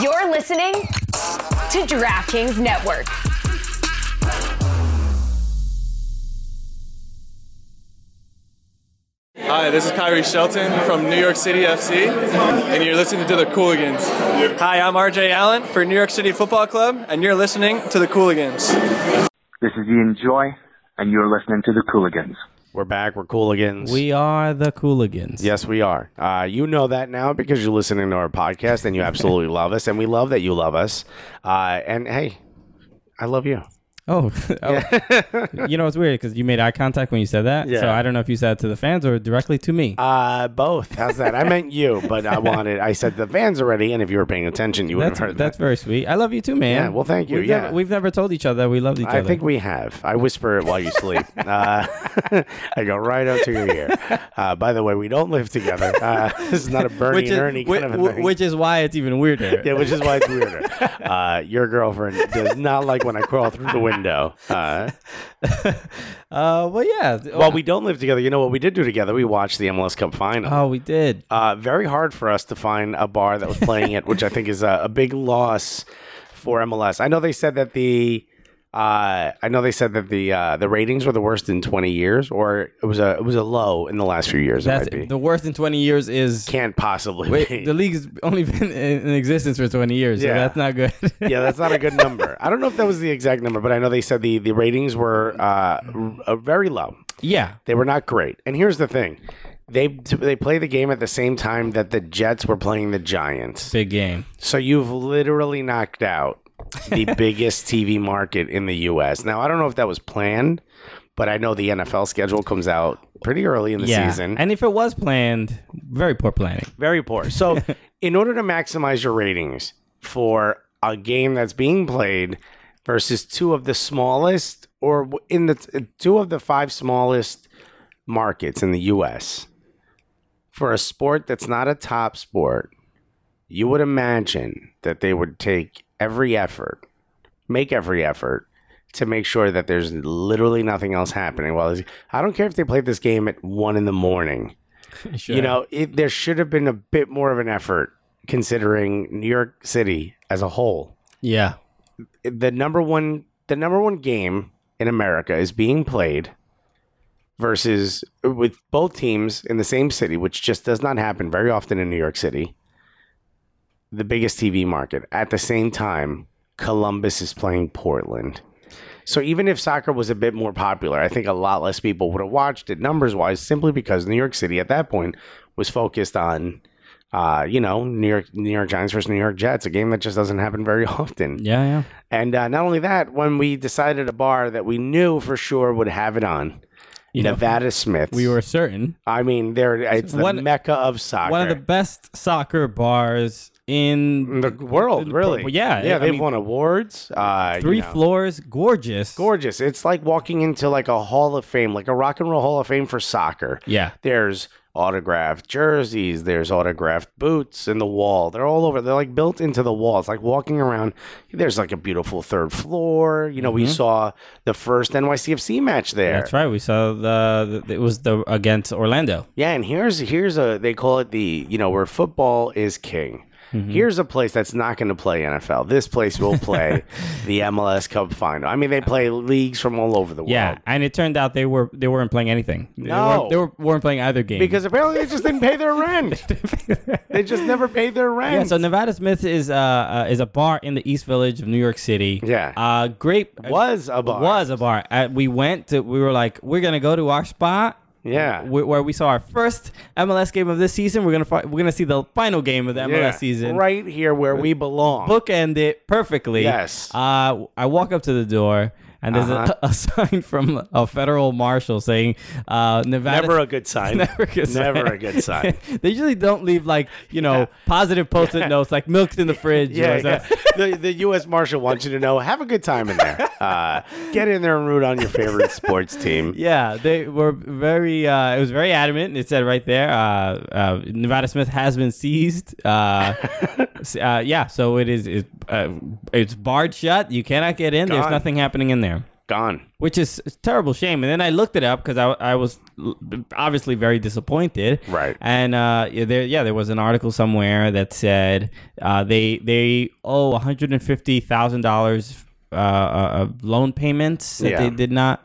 You're listening to DraftKings Network. Hi, this is Kyrie Shelton from New York City FC, and you're listening to the Cooligans. Hi, I'm RJ Allen for New York City Football Club, and you're listening to the Cooligans. This is Ian Joy, and you're listening to the Cooligans. We're back. We're Cooligans. We are the Cooligans. yes, we are. Uh, you know that now because you're listening to our podcast and you absolutely love us, and we love that you love us. Uh, and hey, I love you. Oh, oh. you know it's weird because you made eye contact when you said that. Yeah. So I don't know if you said it to the fans or directly to me. Uh, both. How's that? I meant you, but I wanted. I said the fans already, and if you were paying attention, you would have that's heard that's that. very sweet. I love you too, man. Yeah, well, thank you, We've yeah. never, we've never told each other that we loved each I other. think we have. I whisper it while you sleep. Uh, I go right up to your ear. Uh, by the way, we don't live together. Uh, this is not a Bernie which and is, Ernie whi- kind of a whi- thing. which is why it's even weirder. Yeah, which is why it's weirder. Uh, your girlfriend does not like when I crawl through the window. Uh, Uh, well, yeah. well, we don't live together. You know what we did do together? We watched the MLS Cup final. oh, we did. Uh, very hard for us to find a bar that was playing it, which I think is a, a big loss for MLS. I know they said that the. Uh, I know they said that the uh, the ratings were the worst in 20 years, or it was a it was a low in the last few years. That's it might be. the worst in 20 years. Is Can't possibly be. wait, the league's only been in in existence for 20 years, so Yeah. that's not good. yeah, that's not a good number. I don't know if that was the exact number, but I know they said the the ratings were uh, r- uh, very low. yeah. They were not great. And here's the thing. They they play the game at the same time that the Jets were playing the Giants. Big game. So you've literally knocked out the biggest TV market in the US. Now, I don't know if that was planned, but I know the NFL schedule comes out pretty early in the yeah. season. And if it was planned, very poor planning. Very poor. So, in order to maximize your ratings for a game that's being played versus two of the smallest or w- in the two of the five smallest markets in the US for a sport that's not a top sport, you would imagine that they would take every effort, make every effort to make sure that there's literally nothing else happening. Well, I don't care if they played this game at one in the morning. You know, it, there should have been a bit more of an effort considering New York City as a whole. Yeah. The number one, the number one game in America is being played versus with both teams in the same city, which just does not happen very often in New York City. The biggest TV market at the same time, Columbus is playing Portland. So even if soccer was a bit more popular, I think a lot less people would have watched it numbers wise, simply because New York City at that point was focused on, uh, you know, New York New York Giants versus New York Jets, a game that just doesn't happen very often. Yeah, yeah. And uh, not only that, when we decided a bar that we knew for sure would have it on, You know, Nevada Smith. we were certain. I mean, there it's the One- mecca of soccer. One of the best soccer bars in in the world, really. Well, yeah, yeah. I They've mean- won awards. Uh, three you know. floors. Gorgeous. Gorgeous. It's like walking into like a Hall of Fame, like a Rock and Roll Hall of Fame for soccer. Yeah. There's autographed jerseys. There's autographed boots in the wall. They're all over. They're like built into the wall. It's like walking around. There's like a beautiful third floor. You know, we saw the first NYCFC match there. Mm-hmm. That's right. We saw the, the- it was the against Orlando. Yeah, and here's here's a they call it the you know where football is king. Mm-hmm. Here's a place that's not going to play NFL. This place will play the MLS Cup final. I mean, they play leagues from all over the Yeah, world. and it turned out they were they weren't playing anything. They No. weren't, they were, weren't playing either game Because apparently they just didn't pay their rent. they just never paid their rent. yeah. So Nevada Smith is uh, uh is a bar in the East Village of New York City. Yeah. uh, great was a bar. was a bar. Uh, we went to we were like we're gonna go to our spot. Yeah. wh- where we saw our first MLS game of this season. We're gonna fi- we're gonna see the final game of the MLS Yeah. season. Right here where we belong. bookend it perfectly. Yes. Uh-huh. Uh, I walk up to the door. And there's a, a sign from a federal marshal saying, uh, Nevada. Never a good sign. Never a good Never sign. a good sign. they usually don't leave, like, you know, positive post it notes, like milk's in the fridge. or Yeah, yeah. something. the the U.S. Marshal wants you to know. Have a good time in there. Uh, get in there and root on your favorite sports team. Yeah, they were very. Uh, it was very adamant. It said right there, uh, uh, Nevada Smith has been seized. Uh, s- uh, yeah, so it is. It, uh, it's barred shut. You cannot get in. There's Gone. nothing happening in there. gone. which is a terrible shame. And then I looked it up because I, I was l- obviously very disappointed. Right. And uh, yeah, there yeah there was an article somewhere that said uh, they they owe one hundred and fifty thousand uh, dollars of loan payments that Yeah. they did not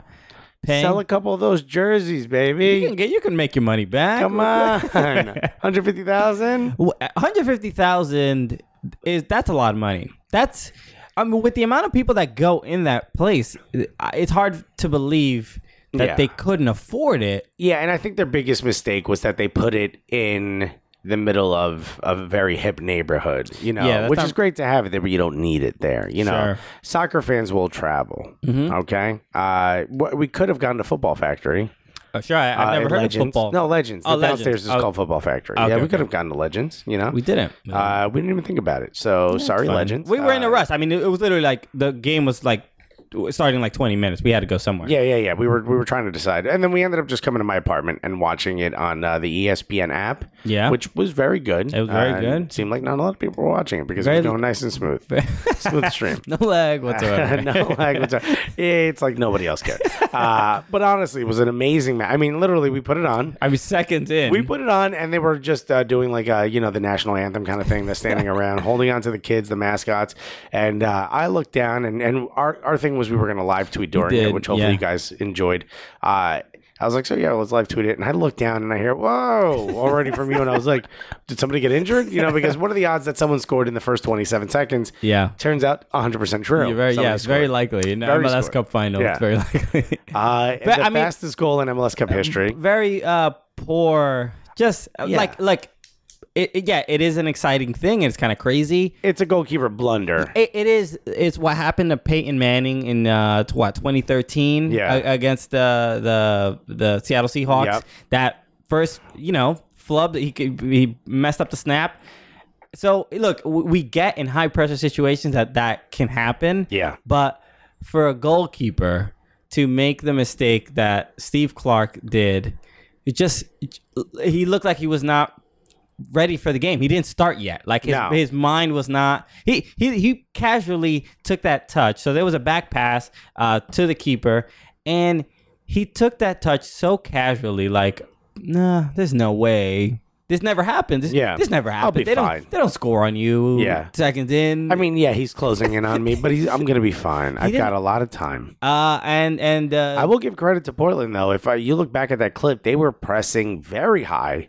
pay. Sell a couple of those jerseys, you baby. can get you can make your money back. Come on, hundred fifty thousand. One hundred fifty thousand is that's a lot of money. That's I mean, with the amount of people that go in that place, I- it's hard to believe that Yeah. they couldn't afford it. Yeah, and I think their biggest mistake was that they put it in the middle of, of a very hip neighborhood, you know, Yeah, that's which not- is great to have it there, but you don't need it there. You know, Sure. Mm-hmm. soccer fans will travel. Okay, uh, wh- we could have gone to Football Factory. Oh, sure, I, uh, I've never and heard Legends. of football. No, Legends. Oh, the Legends. downstairs is Oh. called Football Factory. Okay, yeah, we okay. could have gone to Legends. You know, we didn't. Uh, we didn't even think about it. So sorry, Legends. We were in Uh, a rush. I mean, it, it was literally like the game was like starting like twenty minutes. We had to go somewhere. Yeah, yeah, yeah. We were we were trying to decide, and then we ended up just coming to my apartment and watching it on uh, the ESPN app. Yeah. which was very good. It was very Uh, good. Seemed like not a lot of people were watching it because it was Very- going nice and smooth, smooth stream. no lag whatsoever. no, like what's up? it's like nobody else cared. Uh, but honestly, it was an amazing match. I mean, literally, we put it on. I was seconds in. We put it on, and they were just uh, doing like uh, you know the national anthem kind of thing. They're standing around, holding on to the kids, the mascots, and uh, I looked down, and and our our thing was we were going to live tweet during did, it, which hopefully yeah. you guys enjoyed. Uh, I was like, so yeah, let's live tweet it. And I looked down and I hear, whoa, already from you. And I was like, did somebody get injured? You know, because what are the odds that someone scored in the first 27 seconds? Yeah. Turns out 100% true. You're very, yeah, Somebody it's very scored. likely. In the Very MLS scored. Cup final, Yeah. it's very likely. Uh, But, the I mean- Um, fastest goal in MLS Cup history. very uh poor just uh, Yeah. like like it, it- yeah it is an exciting thing it's kind of crazy It's a goalkeeper blunder. it, it is it's what happened to Peyton Manning in uh t- what 2013 Yeah. a- against the the the Seattle Seahawks Yep. that first you know flub he could- he messed up the snap so look w- we get in high pressure situations that that can happen Yeah. but for a goalkeeper to make the mistake that Steve Clark did, it just he looked like he was not ready for the game. He didn't start yet. Like his, No. his mind was not. He, he he casually took that touch. So there was a back pass uh, to the keeper, and he took that touch so casually, like, nah, there's no way. This never happened. This, Yeah. this never I'll happened. be they fine. don't. They don't score on you. Yeah. seconds in. I mean, yeah, he's closing in on me, but he's, I'm going to be fine. I've got a lot of time. uh, and and uh, I will give credit to Portland, though. If I, you look back at that clip, they were pressing very high.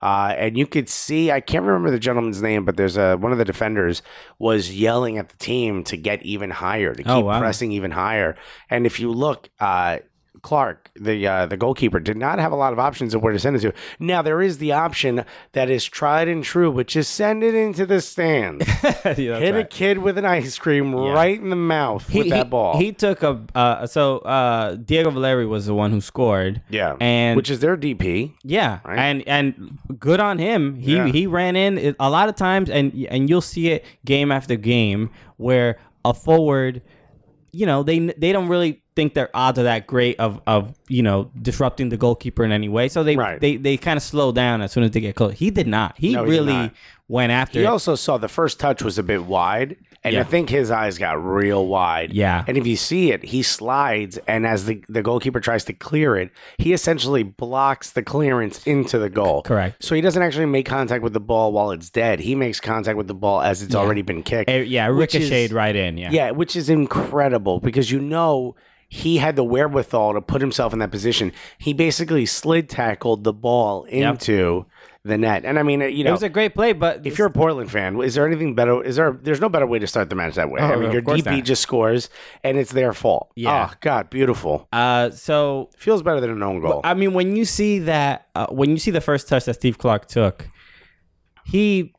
Uh, and you could see, I can't remember the gentleman's name, but there's a, one of the defenders was yelling at the team to get even higher, to keep Oh, wow. pressing even higher. And if you look, uh, Clark, the uh, the goalkeeper, did not have a lot of options of where to send it to. Now there is the option that is tried and true, which is send it into the stand. Yeah, that's hit a right. kid with an ice cream right in the mouth with that ball. He took a uh, so uh, Diego Valeri was the one who scored. yeah, and which is their DP. yeah, right? and and good on him. He Yeah. he ran in it- a lot of times, and and you'll see it game after game where a forward, you know, they they don't really think their odds are that great of of you know disrupting the goalkeeper in any way. So they Right. they they kind of slow down as soon as they get close. He did not. He No, he did really not. went after. He it. also saw the first touch was a bit wide, and Yeah. I think his eyes got real wide. Yeah. And if you see it, he slides, and as the, the goalkeeper tries to clear it, he essentially blocks the clearance into the goal. Correct. So he doesn't actually make contact with the ball while it's dead. He makes contact with the ball as it's already been kicked. Eh, yeah, which is- ricocheted right in. Yeah. Yeah, which is incredible because you know he had the wherewithal to put himself in that position. He basically slid tackled the ball into the net. And I mean, you It know, was a great play, but if you're a Portland fan, is there anything better? Is there? There's no better way to start the match that way. I mean, of your course DP not. just scores, and it's their fault. Yeah. Oh God, beautiful. Uh, so Feels better than an own goal. I mean, when you see that, uh, when you see the first touch that Steve Clark took, he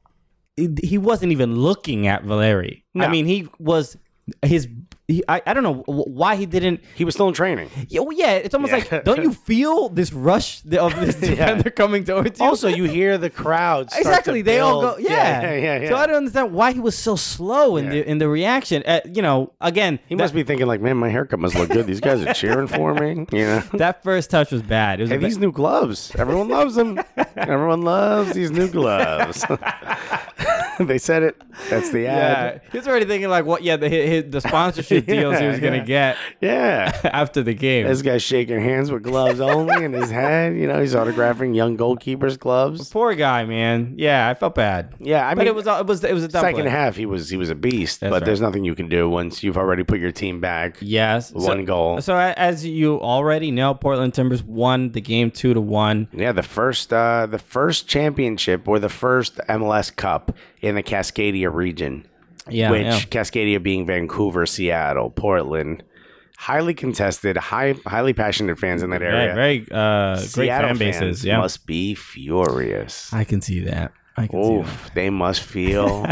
he wasn't even looking at Valeri. I No. mean, he was his. He, I, I don't know wh- why he didn't. he was still in training. Yeah, well, yeah it's almost Yeah. like don't you feel this rush of this defender coming towards you? Also, you hear the crowd. start to exactly they all go build. yeah. yeah, yeah. yeah. So I don't understand why he was so slow in the in the reaction. Uh, you know, again, he must be thinking like, man, my haircut must look good. These guys are cheering for me. You know. that first touch was bad. It was a And ba- these new gloves, everyone loves them. everyone loves these new gloves. they said it. That's the Yeah, ad. he was already thinking like, what? Yeah, the hi- hi- the sponsorship deals he was gonna get Yeah. after the game. This guy's shaking hands with gloves only in his hand. You know, he's autographing young goalkeepers' gloves. Poor guy, man. Yeah, I felt bad. Yeah, I but mean, it was it was it was a double. second half he was he was a beast, but right. there's nothing you can do once you've already put your team back. Yes, So- One goal. So a- as you already know, Portland Timbers won the game two to one. Yeah, the first uh, the first championship or the first MLS Cup in the Cascadia region, Yeah, which yeah. Cascadia being Vancouver, Seattle, Portland, highly contested, high highly passionate fans in that area. Very, very uh, great Seattle fan bases. fans Yeah, must be furious. I can see that. I can see that. Oof, they must feel.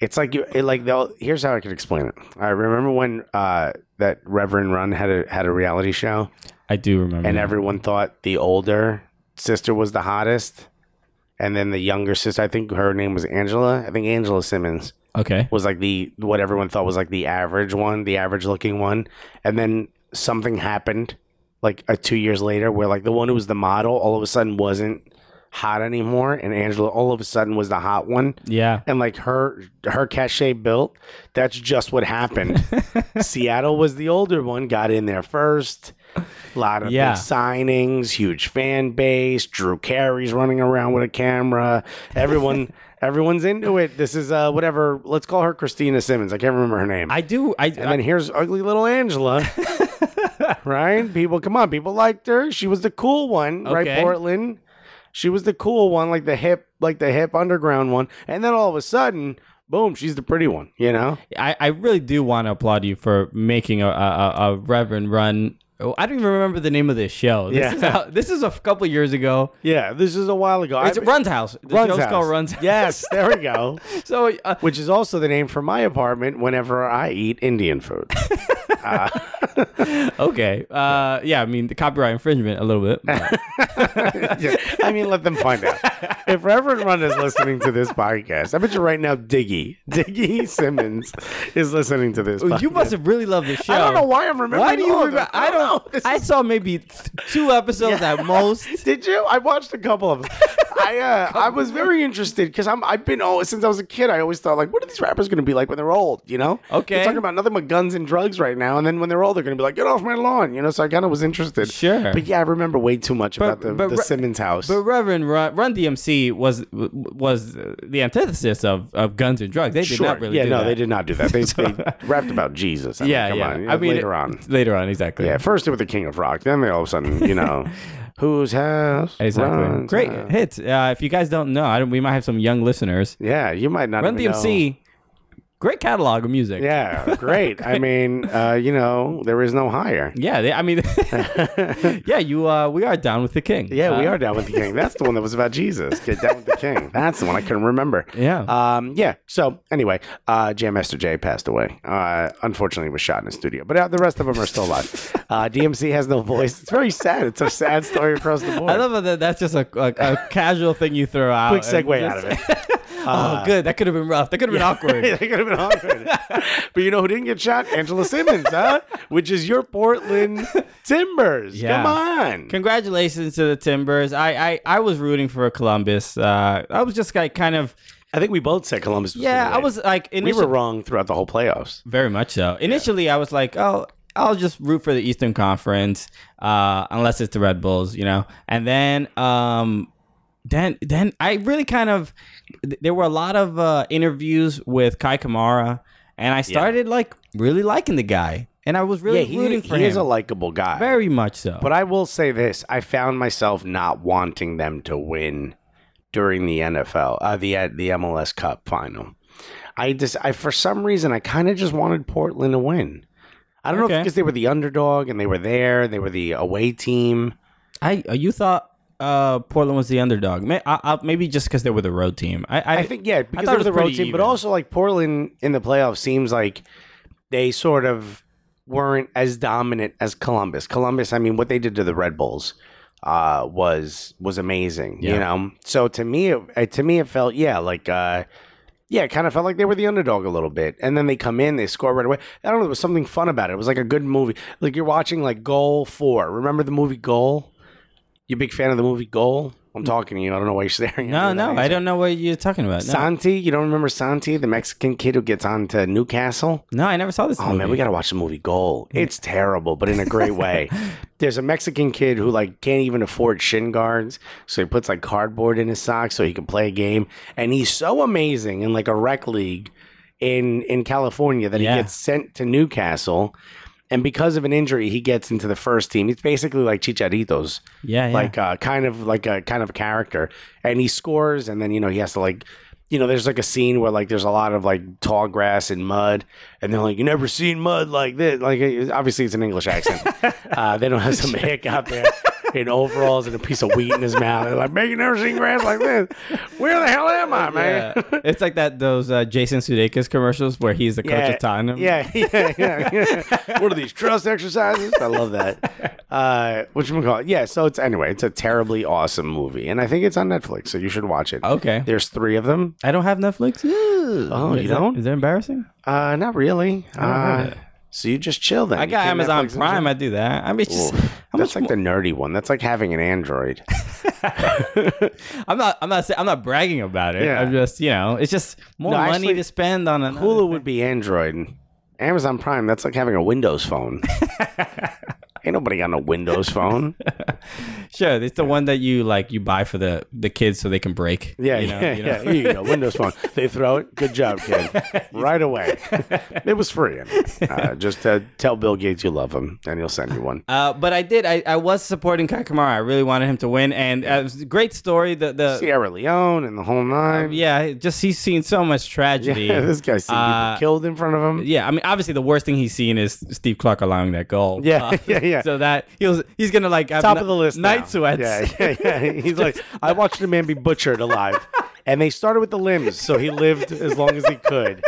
it's like you, it, like they'll. Here's how I could explain it. I remember when uh, that Reverend Run had a had a reality show, I do remember. and that. everyone thought the older sister was the hottest, and then the younger sister. I think her name was Angela. I think Angela Simmons okay, was like the what everyone thought was like the average one, the average looking one, and then something happened like uh, two years later where like the one who was the model all of a sudden wasn't hot anymore, and Angela all of a sudden was the hot one, yeah, and like her her cachet built. That's just what happened. Seattle was the older one, got in there first. A lot of Yeah. big signings, huge fan base. Drew Carey's running around with a camera. Everyone, everyone's into it. This is uh, whatever. Let's call her Christina Simmons. I can't remember her name. I do. I, and then here's ugly little Angela. right? People, come on. People liked her. She was the cool one, right? Okay. Portland. She was the cool one, like the hip, like the hip underground one. And then all of a sudden, boom, she's the pretty one. You know? I, I really do want to applaud you for making a, a, a- a Reverend run. Oh, I don't even remember the name of this show. This Yeah. is how, this is a couple years ago. Yeah. This is a while ago. It's I- Run's House. The Run's show's house. called Run's House. Yes, there we go. So uh, Which is also the name for my apartment whenever I eat Indian food. okay, uh, yeah. I mean, the copyright infringement a little bit. but- Yeah, I mean, let them find out. If Reverend Run is listening to this podcast, I bet you right now Diggy, Diggy Simmons is listening to this podcast. you must have really loved this show. I don't know why I'm remembering. Why do you all of them. remember? I don't. This I is- saw maybe th- two episodes at most. Did you? I watched a couple of them. I uh, I was very interested because I'm I've been always since I was a kid. I always thought like, what are these rappers going to be like when they're old? You know? Okay. They're talking about nothing but guns and drugs right now, and then when they're old, they're going to be like, get off my lawn. You know? So I kind of was interested. Sure. But yeah, I remember way too much about the, but the Re- Simmons house. But Reverend Run, Run DMC was was the antithesis of, of guns and drugs. They did sure. not really. yeah, do no, that. they did not do that. They, they rapped about Jesus. I mean, Yeah, come yeah. on. You I know, mean, later on. Later on, exactly. Yeah, first it was the King of Rock. Then they all of a sudden, you know, whose house? Exactly. runs Great out? hits. Uh, if you guys don't know, I don't, we might have some young listeners. Yeah, you might not Run even know. DMC, great catalog of music. Yeah, great. I mean, uh, you know, there is no higher. Yeah, they, I mean, yeah, you. Uh, we are down with the king. Yeah, we Uh, are down with the king. That's the one that was about Jesus. Get down with the king. That's the one I couldn't remember. Yeah. Um. Yeah. So anyway, uh, Jam Master Jay passed away. Uh, unfortunately, was shot in a studio, but uh, the rest of them are still alive. Uh, DMC has no voice. It's very sad. It's a sad story across the board. Uh, I love that. That's just a, a, a casual thing you throw out. quick and segue out just- of it. Oh, good. That could have been rough. That could have been Yeah, awkward. they could have been awkward. but you know who didn't get shot? Angela Simmons, huh? Which is your Portland Timbers. Yeah. Come on. Congratulations to the Timbers. I I, I was rooting for Columbus. Uh, I was just like kind of I think we both said Columbus. Was yeah. gonna I win. was like We initially were wrong throughout the whole playoffs. very much so. Initially, I was like, oh, I'll just root for the Eastern Conference, uh, unless it's the Red Bulls, you know. And then um, then then I really kind of th- there were a lot of uh, interviews with Kai Kamara, and I started like really liking the guy, and I was really rooting for he him. is a likable guy. very much so. but I will say this: I found myself not wanting them to win during the NFL, uh, the the MLS Cup final. I just, I for some reason, I kind of just wanted Portland to win. I don't know if Okay. because they were the underdog and they were there, they were the away team. I uh, you thought uh, Portland was the underdog? May, I, I, maybe just because they were the road team. I, I, I think yeah, because thought they it were was the road pretty team, but even. also like Portland in the playoffs seems like they sort of weren't as dominant as Columbus. Columbus, I mean, what they did to the Red Bulls uh, was was amazing. You Yeah. know, so to me, it, uh, to me, it felt yeah, like. Uh, yeah, it kind of felt like they were the underdog a little bit, and then they come in, they score right away. I don't know, there was something fun about it. It was like a good movie, like you're watching like Goal Four. Remember the movie Goal? You a big fan of the movie Goal? I'm talking to you. I don't know why you're staring. Mm. No, at me with no, that I answer. don't know what you're talking about. No, Santi, you don't remember Santi, the Mexican kid who gets on to Newcastle? no I never saw this. Oh man, movie. we gotta watch the movie Goal. Mm. It's terrible, but in a great way. There's a Mexican kid who like can't even afford shin guards, so he puts like cardboard in his socks so he can play a game. And he's so amazing in like a rec league in in California that Yeah. he gets sent to Newcastle. And because of an injury, he gets into the first team. It's basically like Chicharitos Yeah, yeah. like uh, kind of like a kind of a character and he scores and then you know he has to like you know there's like a scene where like there's a lot of like tall grass and mud and they're like you never seen mud like this like it- obviously it's an english accent uh, they don't have some hick out there in overalls and a piece of wheat in his mouth they're like man you never seen grass like this where the hell am i man Yeah. uh, it's like that those uh, Jason Sudeikis commercials where he's the coach yeah, of Tottenham. Yeah, yeah, yeah. yeah. what are these trust exercises? I love that. Uh, which we call it? Yeah. So it's anyway, it's a terribly awesome movie, and I think it's on Netflix, so you should watch it. Okay. There's three of them. I don't have Netflix. Oh, you don't? Is that embarrassing? Uh, not really. heard Uh, it. so you just chill then. I You got get Amazon Netflix and Prime. chill. I do that. I mean, it's just, how That's much? like the nerdy one. That's like having an Android. I'm not. I'm not. say- I'm not bragging about it. Yeah. I'm just. You know, it's just more No, money actually, to spend on a Hulu would be Android. Amazon Prime, that's like having a Windows phone. Ain't nobody got no Windows phone. Sure, it's the one that you like. You buy for the the kids so they can break. Yeah, you know, yeah, you know? yeah. Here you go. Windows phone. They throw it. Good job, kid. Right away. It was free. Uh, just uh, tell Bill Gates you love him, and he'll send you one. Uh, but I did. I, I was supporting Kai Kamara. I really wanted him to win, and uh, it was a great story. The the Sierra Leone and the whole nine. uh, yeah, just he's seen so much tragedy. Yeah, this guy's seen Uh, people killed in front of him. Yeah, I mean, obviously the worst thing he's seen is Steve Clark allowing that goal. Uh, Yeah, yeah, yeah. So that he was, he's gonna like have Top n- of the list. night now. sweats. Yeah, yeah, yeah. He's like, I watched a man be butchered alive, and they started with the limbs, so he lived as long as he could.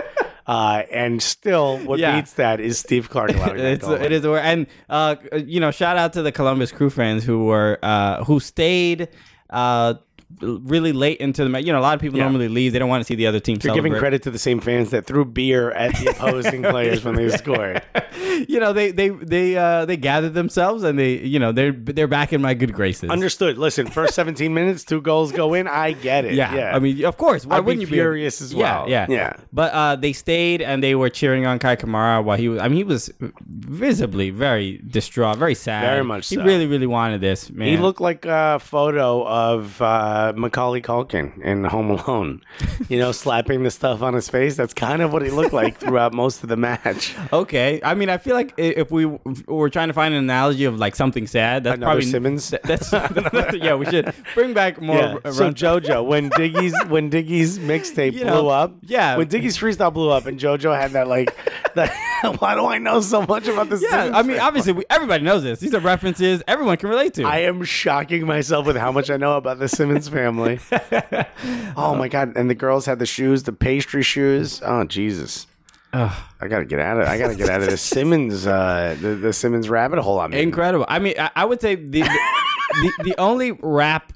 Uh, and still, what Yeah. beats that is Steve Clark. allowing that It's, goal. it is wor- and uh, you know shout out to the Columbus crew friends who were uh, who stayed uh, really late into the match. You know a lot of people Yeah. normally leave; they don't want to see the other team. You're celebrate. giving credit to the same fans that threw beer at the opposing players when they scored. You know they they they uh, they gathered themselves and they you know they're they're back in my good graces. Understood. Listen, first 17 minutes, two goals go in. I get it. yeah, Yeah. I mean, of course. Why I'd be wouldn't you furious be as well. Yeah, yeah, Yeah. But uh, they stayed and they were cheering on Kai Kamara while he was. I mean, he was visibly very distraught, very sad. Very much He so. really, really wanted this man. he looked like a photo of uh, Macaulay Culkin in Home Alone. You know, slapping the stuff on his face. That's kind of what he looked like throughout most of the match. Okay, I mean, I feel like i- if we if were trying to find an analogy of like something sad, that's Another probably Simmons. That's, that's- yeah, we should bring back more. Yeah. r- So run- JoJo, when Diggy's when Diggy's mixtape You blew know, up, yeah. when Diggy's freestyle blew up, and JoJo had that like, that, why do I know so much about this? yeah, Simmons I mean, thing?" obviously, we, everybody knows this. These are references everyone can relate to. I am shocking myself with how much I know about the Simmons family. oh my god! And the girls had the shoes, the pastry shoes. Oh Jesus! I gotta get out of. I gotta get out of the Simmons. Uh, the, the Simmons rabbit hole. I'm in. Incredible. I mean, I, I would say the the, the only rap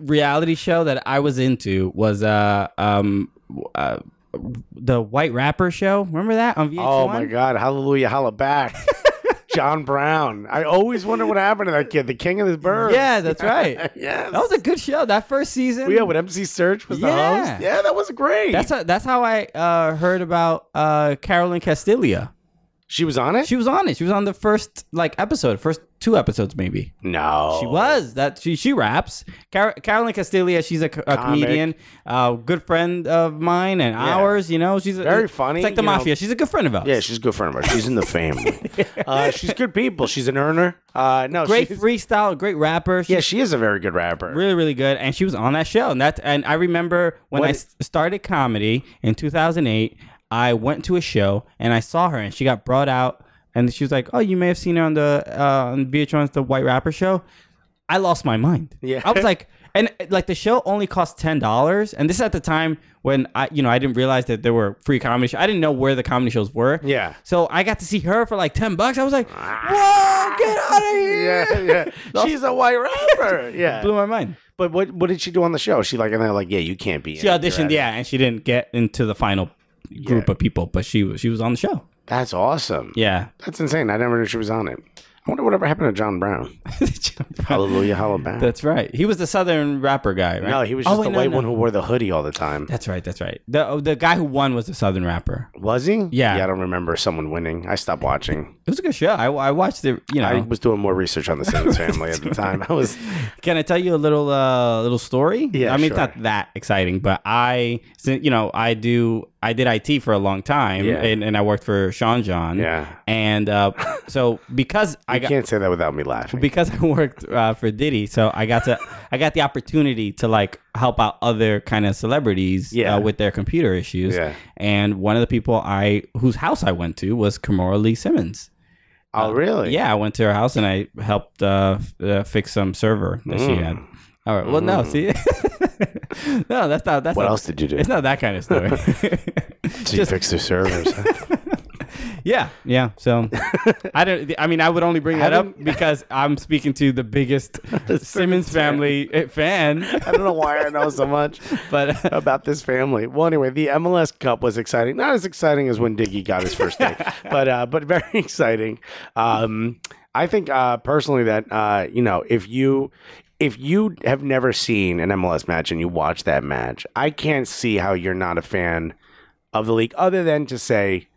reality show that I was into was uh um uh, the White Rapper show. Remember that on VH1? Oh my god! Hallelujah! Holla back. John Brown. I always wonder what happened to that kid, the king of the birds. Yeah, that's right. Yes. Oh, That was a good show. That first season. yeah. When MC Search was the Yeah. host. Yeah, that was great. That's how, that's how I uh, heard about uh, Carolyn Castilia. she was on it. She was on it. She was on the first like episode, first two episodes maybe. no, She was that she she raps. Car- Carolyn Castilia. She's a, co- a Comic. comedian, uh, good friend of mine and ours. You know, she's a, Very funny, It's like the you know. mafia. She's a good friend of ours. Yeah, she's a good friend of ours. She's in the family. uh, she's good people. She's an earner. Uh, no, great she's- freestyle, great rapper. She's Yeah, she is a very good rapper. really really good, and she was on that show. And that and I remember when I What- s- started comedy in 2008, I went to a show and I saw her, and she got brought out, and she was like, "Oh, you may have seen her on the uh, on VH1's The White Rapper Show." I lost my mind. Yeah. I was like, and like the show only cost ten dollars, and this is at the time when I, you know, I didn't realize that there were free comedy. shows. I didn't know where the comedy shows were. Yeah. So I got to see her for like ten bucks. I was like, "Whoa, get out of here!" Ah. Yeah, yeah. she's a white rapper. Blew Yeah. my mind. But what what did she do on the show? She like and they're like, yeah, you can't be. She auditioned, yeah, and she didn't get into the final group Yeah. of people, but she was she was on the show. That's awesome. Yeah. That's insane. I never knew she was on it. wonder whatever happened to John Brown. Hallelujah, Hallelujah. Brown. That's right. He was the Southern rapper guy, right? No, he was Oh, just wait, the no, white no. one who wore the hoodie all the time. That's right. That's right. The oh, the guy who won was the Southern rapper. Was he? Yeah. Yeah, I don't remember someone winning. I stopped watching. It was a good show. I, I watched it. You know, I was doing more research on the Simmons family at the time. I was Can I tell you a little uh, little story? Yeah, I mean, it's sure. not that exciting, but I, since, you know, I do, I did IT for a long time, Yeah. and, and I worked for Sean John. Yeah. and uh, so because I I got can't say that without me laughing. because I worked uh, for Diddy, so I got to I got the opportunity to like help out other kind of celebrities Yeah. uh, with their computer issues. Yeah. And one of the people I whose house I went to was Kimora Lee Simmons. oh, really? Yeah, I went to her house and I helped uh, f- uh, fix some server that she had. Mm. All right. Well, no, see, no, that's not. That's What not, else did you do? It's not that kind of story. She fixed their servers. yeah, yeah. So I don't. I mean, I would only bring that up Having- because I'm speaking to the biggest Simmons family eh, fan. I don't know why I know so much But about this family. Well, anyway, the MLS Cup was exciting. Not as exciting as when Diggy got his first thing, but uh, but very exciting. Um, I think uh, personally that uh, you know if you if you have never seen an MLS match and you watch that match, I can't see how you're not a fan of the league, other than to say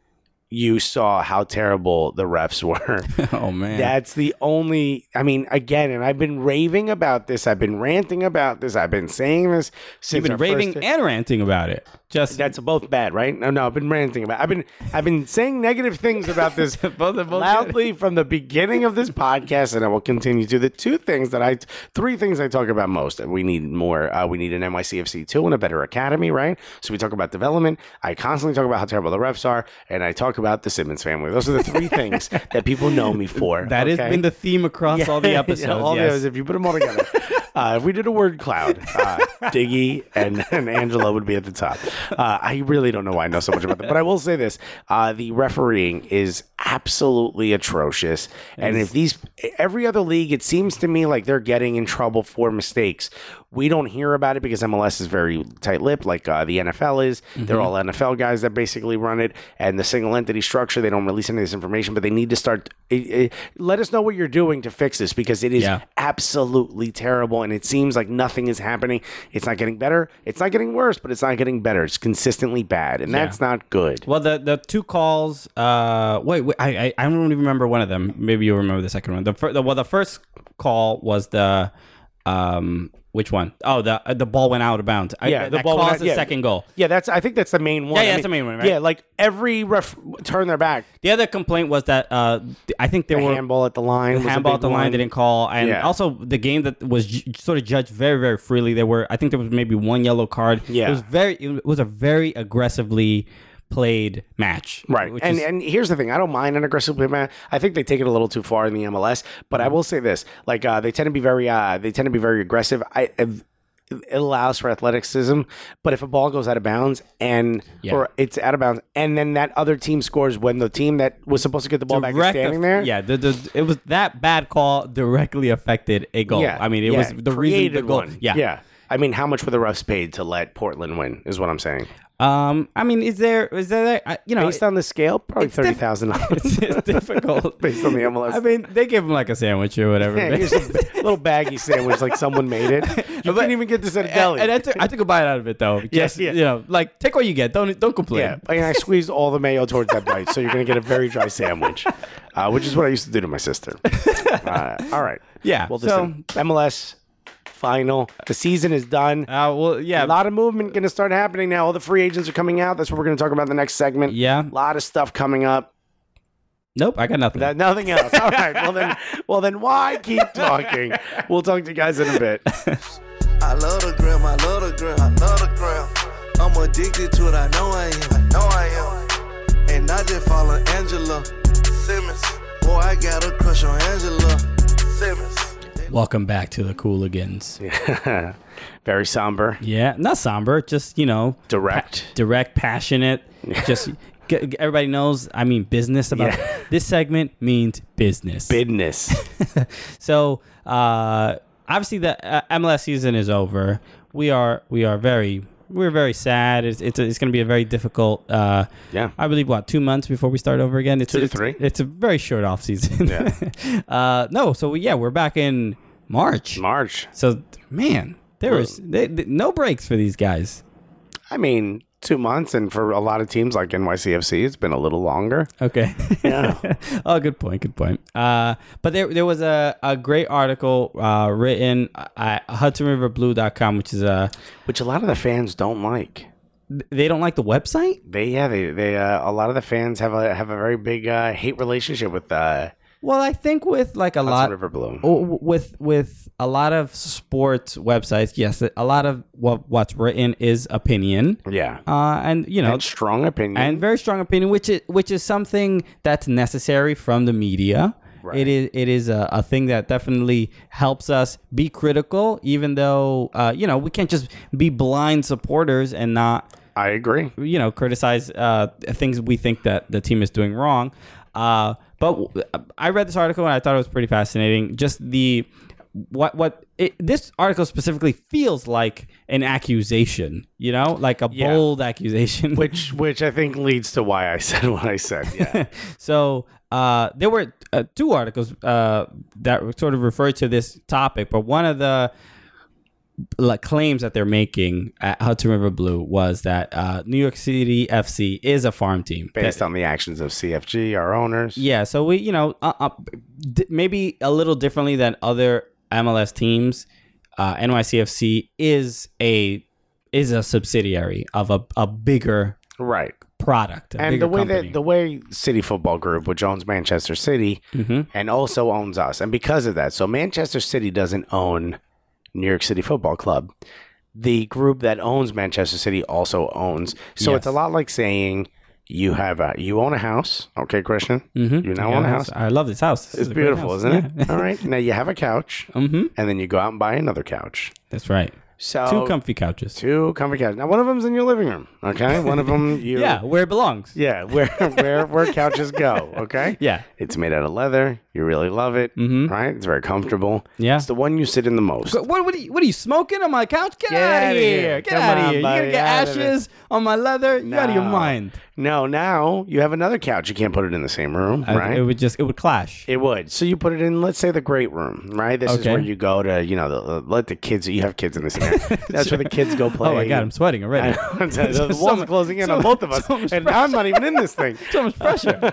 you saw how terrible the refs were. oh man, That's the only, I mean, again, and I've been raving about this. I've been ranting about this. I've been saying this since you've been our raving first- and ranting about it. Just that's both bad, right? No, no, I've been ranting about. I've been, I've been saying negative things about this Both are bullshit. loudly from the beginning of this podcast, and I will continue to. The two things that I, three things I talk about most. and We need more. Uh, we need an NYCFC two and a better academy, right? So we talk about development. I constantly talk about how terrible the refs are, and I talk about the Simmons family. Those are the three things that people know me for. that has okay? been the theme across all the Yeah, episodes. all the yes. episodes, if you put them all together. uh, if we did a word cloud, uh, Diggy and, and Angela would be at the top. Uh, I really don't know why I know so much about that, but I will say this: uh, the refereeing is absolutely atrocious. And if these every other league, it seems to me like they're getting in trouble for mistakes. We don't hear about it because MLS is very tight-lipped, like uh, the NFL is. They're all NFL guys that basically run it, and the single entity structure. They don't release any of this information, but they need to start. eh, eh, let us know what you're doing to fix this because it is Yeah. absolutely terrible, and it seems like nothing is happening. It's not getting better. It's not getting worse, but it's not getting better. It's consistently bad, and that's not good. Well, the the two calls. Uh, wait, wait I, I I don't even remember one of them. Maybe you'll remember the second one. The, fir- the well, the first call was the um which one? Oh, the uh, the ball went out of bounds. I- Yeah, that- the that ball went caused out- the yeah. second goal. Yeah, that's. I think that's the main one. Yeah, I yeah, that's the main one, right? Yeah, like every ref turn their back. The other complaint was that uh, th- I think there The were handball at the line. was a handball big at the line one. didn't call, and Yeah. also the game that was ju- sort of judged very very freely. There were I think there was maybe one yellow card. Yeah. it was very it was a very aggressively played match. Right. which And is- and here's the thing, I don't mind an aggressive play man. I think they take it a little too far in the MLS, but Mm-hmm. I will say this, like uh, they tend to be very uh, they tend to be very aggressive. I I've- it allows for athleticism, but if a ball goes out of bounds and Yeah. or it's out of bounds and then that other team scores when the team that was supposed to get the ball back is direct standing aff- there. Yeah, the, the, it was that bad call directly affected a goal. Yeah, oh, I mean, it was yeah, the reason the created goal. one. Yeah. Yeah. I mean, how much were the refs paid to let Portland win? Is what I'm saying. Um, I mean, is there is there uh, you know Based on the scale, probably diff- thirty thousand dollars. it's, it's difficult Based on the MLS. I mean, they give him like a sandwich or whatever. Yeah, here's a b- little baggy sandwich like someone made it. You But- couldn't even get this at a and, deli. and I, took, I took a bite out of it though. Yes, yeah. You know, like take what you get. Don't don't complain. yeah, and I squeezed all the mayo towards that bite, so you're gonna get a very dry sandwich, uh, which is what I used to do to my sister. Uh, all right. Yeah, Well, so- listen, MLS final. The season is done. Uh, well, yeah. a lot of movement going to start happening now. All the free agents are coming out. That's what we're going to talk about in the next segment. Yeah. A lot of stuff coming up. nope, I got nothing. That, nothing else. All right. Well then, well then, why keep talking? We'll talk to you guys in a bit. I love the gram, I love the gram, I love the gram. I'm addicted to it, I know I am. I know I am. And I just follow Angela Simmons. Boy, I got a crush on Angela Simmons. Welcome back to the Cooligans. Yeah, Very somber, not somber. Just you know, direct. direct, passionate. Just g- g- everybody knows. I mean, business about Yeah. this segment means business. Bidness. so uh, obviously the uh, MLS season is over. We are we are very we're very sad. It's it's, a- it's going to be a very difficult. Uh, Yeah. I believe what two months before we start over again. It's Two to it's- three. It's a very short off season. Yeah. uh, no, so we, yeah, we're back in March. March. So man, there was they, they- no breaks for these guys. I mean, two months, and for a lot of teams like NYCFC, it's been a little longer. Okay. Yeah. oh, good point. Good point. Uh, but there, there was a, a great article uh, written at HudsonRiverBlue.com, which is uh, Which a lot of the fans don't like. they don't like the website. They yeah they they uh, a lot of the fans have a have a very big uh, hate relationship with uh, Well, I think with like a lot Oh, Hudson River Blue. w- with with a lot of sports websites, yes, a lot of what what's written is opinion. yeah, Uh, and you know, Um, and strong opinion. and very strong opinion, which is which is something that's necessary from the media. Right. It is it is a, a thing that definitely helps us be critical, even though uh, you know we can't just be blind supporters and not I agree. you know criticize uh, things we think that the team is doing wrong. Uh, but w- I read this article and I thought it was pretty fascinating. Just the what what it, this article specifically feels like an accusation, you know, like a Yeah. bold accusation. Which which I think leads to why I said what I said. Yeah, So uh, there were uh, two articles uh, that sort of referred to this topic, but one of the like, claims that they're making at Hudson River Blue was that uh, New York City FC is a farm team. based That- on the actions of CFG, our owners. yeah, so we you know uh, uh, d- maybe a little differently than other MLS teams. Uh, NYCFC is a is a subsidiary of a, a bigger right. product, a And bigger the way company. that the way City Football Group, which owns Manchester City, Mm-hmm. and also owns us, and because of that, so Manchester City doesn't own New York City Football Club. The group that owns Manchester City also owns. So it's a Yes. lot like saying you have a you own a house, okay, Christian? Mm-hmm. You now own a house. I love this house. This It's is a great beautiful, house. isn't Yeah. it? All right. Now you have a couch, mm-hmm. and then you go out and buy another couch. That's right. So Two comfy couches. Oh, two comfy couches. Now one of them's in your living room. Okay, one of them you yeah, where it belongs. yeah, where where where couches go, okay? Yeah. Mm-hmm. It's made out of leather. You really love it, right? It's very comfortable. Yeah. It's the one you sit in the most. What, what, are you, what are you smoking on my couch? Get, out of here. Get Come out of on, here. You're going buddy, to get out of it. ashes on my leather. You're out of your No. mind. No, now you have another couch. You can't put it in the same room, I- right? It would just, it would clash. It would. So you put it in, let's say, the great room, right? This is Okay. where you go to, you know, the, the- let the kids. You have kids in this area. That's where the kids go play. oh my God, I'm sweating already. the the So walls much- closing in on so much- both of us, so much and I'm not even in this thing. so much pressure.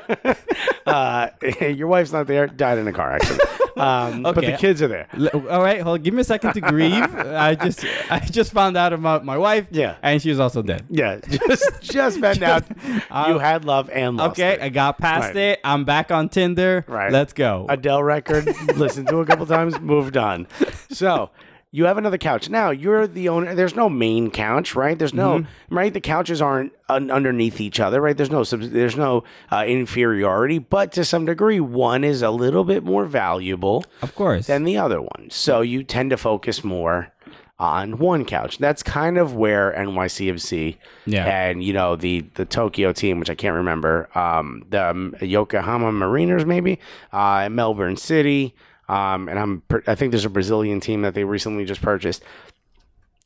Uh, your wife's not there. Died in a car accident. Um, But Okay. the kids are there. L- All right, hold. Give me a second to grieve. I just, I just found out about my wife. Yeah. and she was also dead. Yeah, just just found out you had love and lost uh, Okay, it. I got past Right. it. I'm back on Tinder. Right. let's go. Adele record, listened to a couple times, moved on. So you have another couch now. You're the owner. There's no main couch, right? There's no Mm-hmm. right. The couches aren't un- underneath each other, right? There's no sub- there's no uh, inferiority, but to some degree, one is a little bit more valuable of course. than the other one. So you tend to focus more on one couch. That's kind of where NYCFC Yeah. and you know the the Tokyo team, which I can't remember, um, the um, Yokohama Mariners maybe, uh, and Melbourne City, um, and I'm per- I think there's a Brazilian team that they recently just purchased.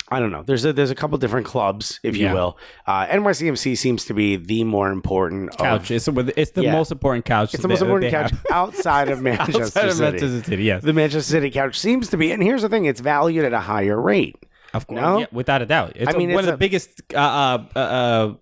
I don't know. There's a there's a couple different clubs, if Yeah. you will. Uh, NYCFC seems to be the more important couch. Of, It's, the- it's the Yeah. most important couch. it's the most important couch outside of Manchester Outside of City. Manchester City, yes. The Manchester City couch seems to be, and here's the thing: it's valued at a higher rate. Of course, No? yeah, without a doubt. It's I mean, one it's of the a- biggest uh, uh, uh, uh,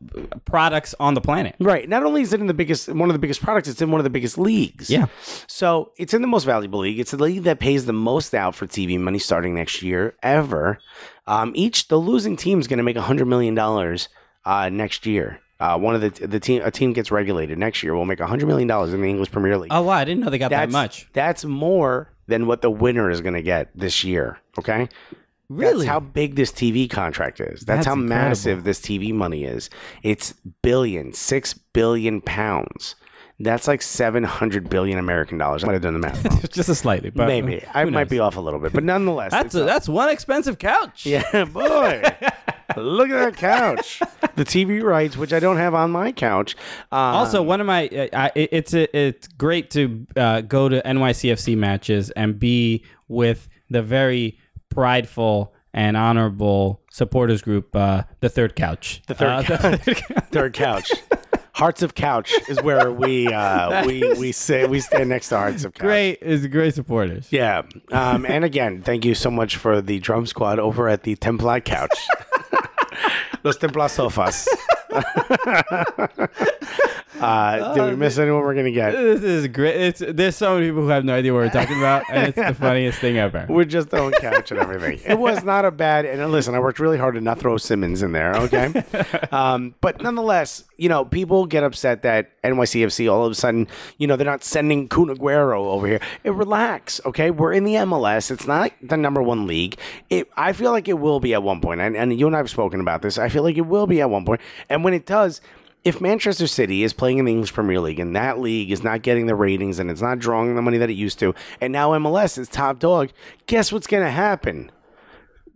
products on the planet. Right. Not only is it in the biggest, one of the biggest products, it's in one of the biggest leagues. Yeah. So it's in the most valuable league. It's the league that pays the most out for TV money starting next year ever. Um, each the losing team is going to make hundred million dollars uh, next year. Uh, one of the the team a team gets regulated next year will make hundred million dollars in the English Premier League. Oh wow, I didn't know they got that much. That's more than what the winner is going to get this year. Okay. Really? That's how big this TV contract is. That's, That's how incredible. massive this TV money is. It's billion, six billion pounds. That's like 700 billion American dollars. I might have done the math wrong. Just a slightly, but Maybe. I might be off a little bit, but nonetheless. That's it's a, up. that's one expensive couch. Yeah, boy. Look at that couch. The TV rights, which I don't have on my couch. Um, Also, one of my uh, I, it- it's a, it's great to uh, go to NYCFC matches and be with the very prideful and honorable supporters group, uh, the Third Couch. The third Uh, couch. third couch. Hearts of Couch is where we uh, we we say we stand next to Hearts of Couch. great is great supporters. Yeah. Um, and again, thank you so much for the drum squad over at the Templar couch. Los Templar sofas. uh, did we miss anyone we're going to get? This is great. It's there's so many people who have no idea what we're talking about, and it's the funniest thing ever. We're just on couch and everything. It was not a bad. And listen, I worked really hard to not throw Simmons in there, okay? um, but nonetheless, you know, people get upset that NYCFC all of a sudden, you know, they're not sending Kun Aguero over here. It relax, okay? We're in the MLS. It's not the number one league. It, I feel like it will be at one point, and, and you and I have spoken about this. I feel like it will be at one point, and when it does if Manchester City is playing in the English Premier League and that league is not getting the ratings and it's not drawing the money that it used to, and now MLS is top dog, guess what's going to happen?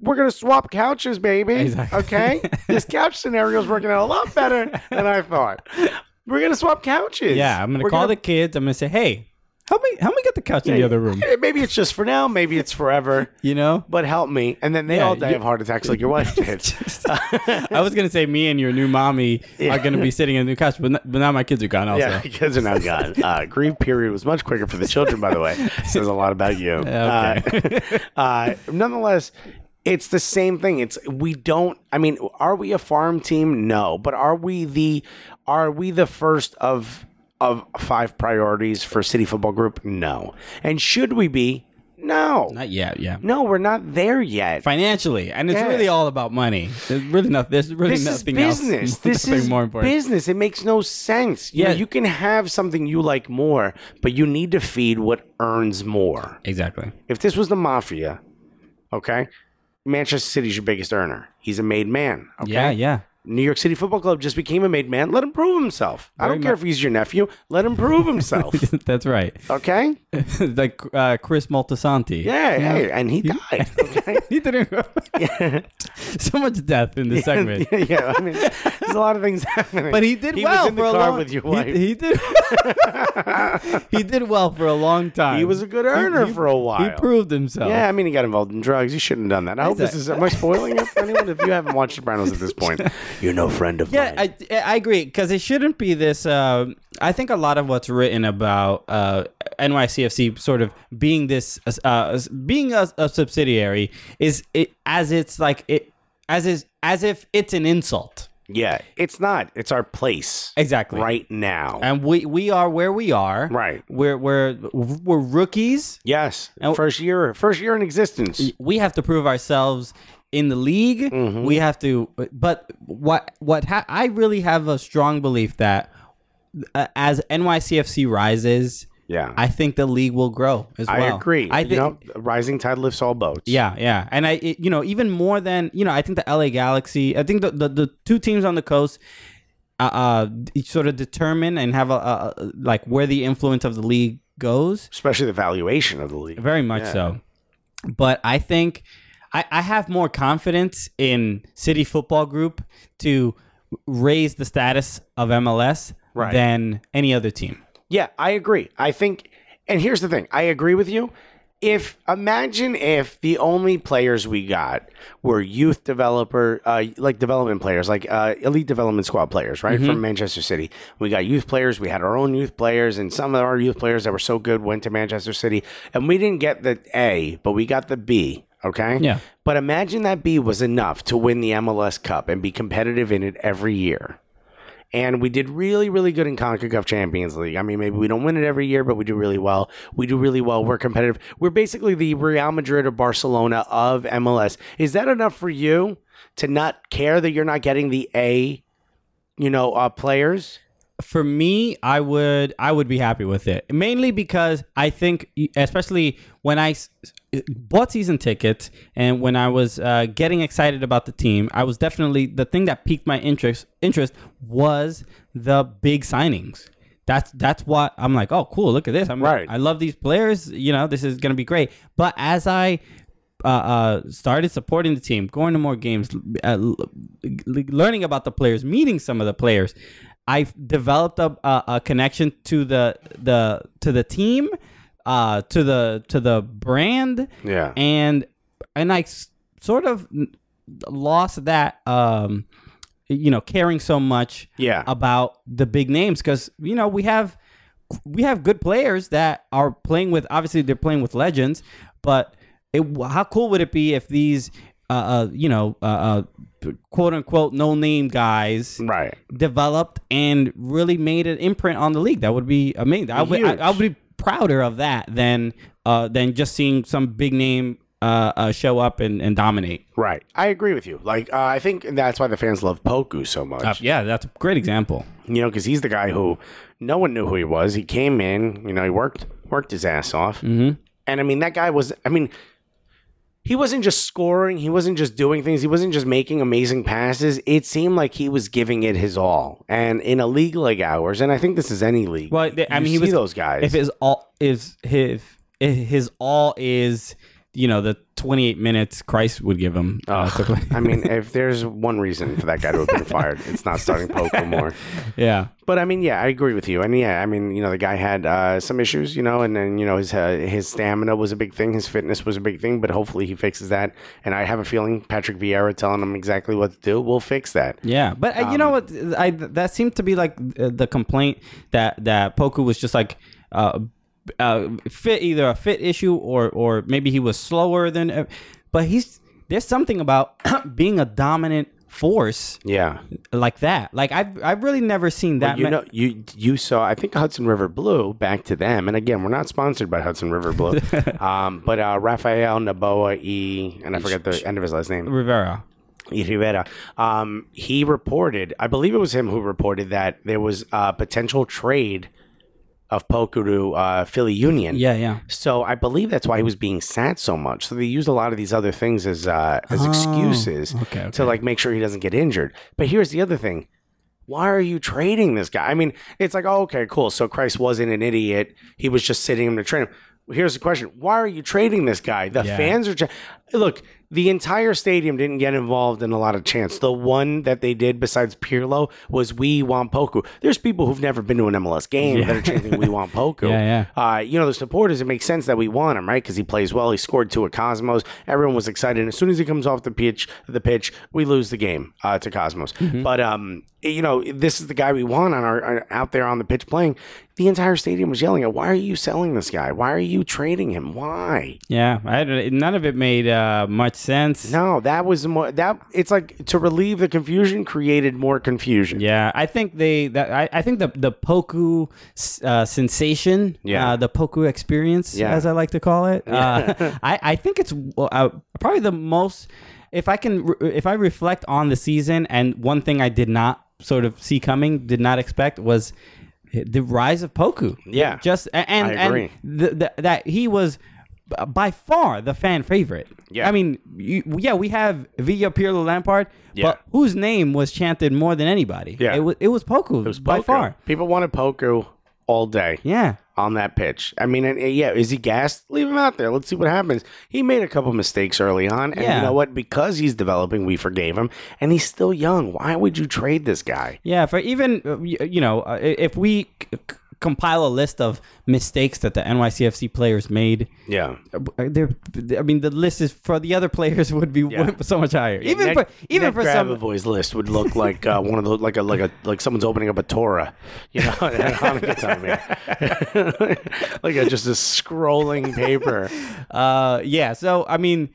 We're going to swap couches, baby. Exactly. Okay? this couch scenario is working out a lot better than I thought. We're going to swap couches. Yeah, I'm gonna We're call gonna- the kids. I'm gonna say, hey, help me, help me get the couch in the other room. Eh, Maybe it's just for now. Maybe it's forever. You know, But help me. And then they Yeah, all die you- of heart attacks like your wife did. I was gonna say me and your new mommy are gonna be sitting in the couch, but, n- but now my kids are gone. Also, Yeah, kids are now gone. Uh, grief period was much quicker for the children, by the way. Says a lot about you. Uh, uh, nonetheless, it's the same thing. It's we don't. I mean, are we a farm team? No, but are we the are we the first of of five priorities for City Football Group? No, and should we be? No, not yet. Yeah, no, we're not there yet. financially, and it's Yeah. really all about money. There's really nothing. There's really this is nothing business. else. This nothing is more important. business. It makes no sense. You know, Yeah. you can have something you like more, but you need to feed what earns more. Exactly. If this was the mafia, okay, Manchester City's your biggest earner. He's a made man. Okay? Yeah, yeah. New York City Football Club just became a made man. Let him prove himself. I don't Very care much- if he's your nephew. Let him prove himself. That's right. okay. like uh, Chris Moltisanti. Yeah. Hey, and he died. Okay. He didn't. so much death in this segment. yeah. I mean, there's a lot of things happening. But he did He well was in the for a car long with your he- wife. He, did. he did well for a long time. He was a good earner for a He while. proved himself. Yeah, I mean, he got involved in drugs. You shouldn't have done that. I hope this Exact- is. Am I spoiling it for anyone? If you haven't watched Sopranos at this point, you're no friend of Yeah, mine. I, I agree because it shouldn't be this. Uh, I think a lot of what's written about uh, NYCFC sort of being this, uh, being a, a subsidiary is it, as it's like it as is as if it's an insult. yeah, it's not. It's our place Exactly. right now. And we we are where we are. Right. We're we're we're rookies. yes, And- first year, first year in existence. we have to prove ourselves in the league. Mm-hmm. We have to, but what what ha- I really have a strong belief that uh, as NYCFC rises, Yeah. I think the league will grow as well. I agree. I I think. think rising tide lifts all boats. yeah, yeah, and I, it- you know, even more than you know, I think the LA Galaxy, I think the the, the two teams on the coast, uh, uh d- sort of determine and have a, a a- like where the influence of the league goes. especially the valuation of the league. Very much so. But I think I, I have more confidence in City Football Group to raise the status of MLS Right. than any other team. Yeah, I agree. I think, and here's the thing: I agree with you. If imagine if the only players we got were youth developer, uh, like development players, like uh, elite development squad players, right from Manchester City. We got youth players. We had our own youth players, and some of our youth players that were so good went to Manchester City, and we didn't get the A, but we got the B. Okay. Yeah. But imagine that B was enough to win the MLS Cup and be competitive in it every year and we did really, really good in CONCACAF Champions League. I mean, maybe we don't win it every year, but we do really well. We do really well. We're competitive. We're basically the Real Madrid or Barcelona of MLS. Is that enough for you to not care that you're not getting the A, you know, uh, players? for me, I would I would be happy with it. Mainly because I think, e, especially when I s- e, bought season tickets and when I was uh, getting excited about the team, I was definitely the thing that piqued my interest. Interest was the big signings. That's that's what I'm like. Oh, cool! Look at this. I'm Right. I love these players. You know, this is gonna be great. But as I uh, uh, started supporting the team, going to more games, uh, l- l- learning about the players, meeting some of the players. I've developed a, a, a connection to the the to the team, uh, to the to the brand, Yeah. and and I s- sort of n- lost that um you know caring so much Yeah. about the big names because you know we have we have good players that are playing with obviously they're playing with legends but it, how cool would it be if these uh, uh you know uh, uh quote unquote no name guys Right. developed and really made an imprint on the league. That would be amazing. I would, I, Huge. I would be prouder of that than uh, than just seeing some big name uh, uh, show up and, and dominate. Right. I agree with you. Like, uh, I think that's why the fans love Poku so much. Uh, yeah, that's a great example. you know, because he's the guy who no one knew who he was. He came in, you know, he worked worked his ass off, mm-hmm. and I mean that guy was, I mean, he wasn't just scoring, he wasn't just doing things, he wasn't just making amazing passes. It seemed like he was giving it his all, and in a league like ours, and I think this is any league. Well, they- I you mean, he see was those guys. If his all is his if his all is you know the 28 minutes Christ would give him. Uh, to play. I mean, if there's one reason for that guy to have been fired, it's not starting Poku more. yeah. But I mean, yeah, I agree with you. And yeah, I mean, you know, the guy had uh, some issues, you know, and then you know his uh, his stamina was a big thing, his fitness was a big thing. But hopefully, he fixes that. And I have a feeling Patrick Vieira telling him exactly what to do will fix that. Yeah, but uh you Um, know what? I that seemed to be like uh, the complaint that that Poku was just like uh, uh, fit either a fit issue or or maybe he was slower than. ev- But he's there's something about being a dominant force Yeah, like that. Like I've I've really never seen that. you ma- know, you you saw. I think Hudson River Blue. Back to them. And again, we're not sponsored by Hudson River Blue. um, but uh, Rafael Naboa E. And I forget the end of his last name. Rivera. Y. Rivera, um, he reported, I believe it was him who reported that there was a potential trade of Poku to uh, Philly Union. Yeah, yeah. So I believe that's why he was being sat so much. So they used a lot of these other things as uh, as excuses Oh, okay, okay. to like make sure he doesn't get injured. But here's the other thing: why are you trading this guy? I mean, it's like, oh, okay, cool. So Christ wasn't an idiot; he was just sitting him to train him. Here's the question: Why are you trading this guy? The fans are. Tra- Look, the entire stadium didn't get involved in a lot of chants. The one that they did, besides Pirlo, was "We Want Poku." There's people who've never been to an MLS game that are chanting "We Want Poku." Yeah, Uh, you know, the supporters, it makes sense that we want him, right? Because he plays well. He scored two at Cosmos. Everyone was excited. And as soon as he comes off the pitch, the pitch, we lose the game uh, to Cosmos. But um, you know, this is the guy we want on our uh, out there on the pitch playing. The entire stadium was yelling at, "Why are you selling this guy? Why are you trading him? Why?" Yeah, I don't, none of it made uh, much sense. No, that was more that. It's like to relieve the confusion created more confusion. Yeah, I think they that I, I think the the Poku uh, sensation, Yeah. uh, the Poku experience, Yeah. as I like to call it. Uh, I I think it's uh, probably the most. If I can, re- if I reflect on the season, and one thing I did not sort of see coming, did not expect was the rise of Poku. Yeah. just a- and I agree. and the, the, that he was b- by far the fan favorite. Yeah. I mean, you, yeah, we have Villa Pirlo Lampard, but whose name was chanted more than anybody? Yeah. it was it was Poku It was by Poku. far. People wanted Poku all day. Yeah, on that pitch. I mean, and, and, yeah, is he gassed? Leave him out there. Let's see what happens. He made a couple mistakes early on, and Yeah. you know what? Because he's developing, we forgave him, and he's still young. Why would you trade this guy? yeah. For even uh, y- you know, uh, i- if we c- c- compile a list of mistakes that the NYCFC players made. Yeah, uh, There, I mean, the list is for the other players would be Yeah. so much higher. even Nick, for Nick even for some, Grabavoy's list would look like uh, one of those, like a like a like someone's opening up a Torah, you know, at Hanukkah time, yeah. like a, just a scrolling paper. Uh, yeah. So I mean,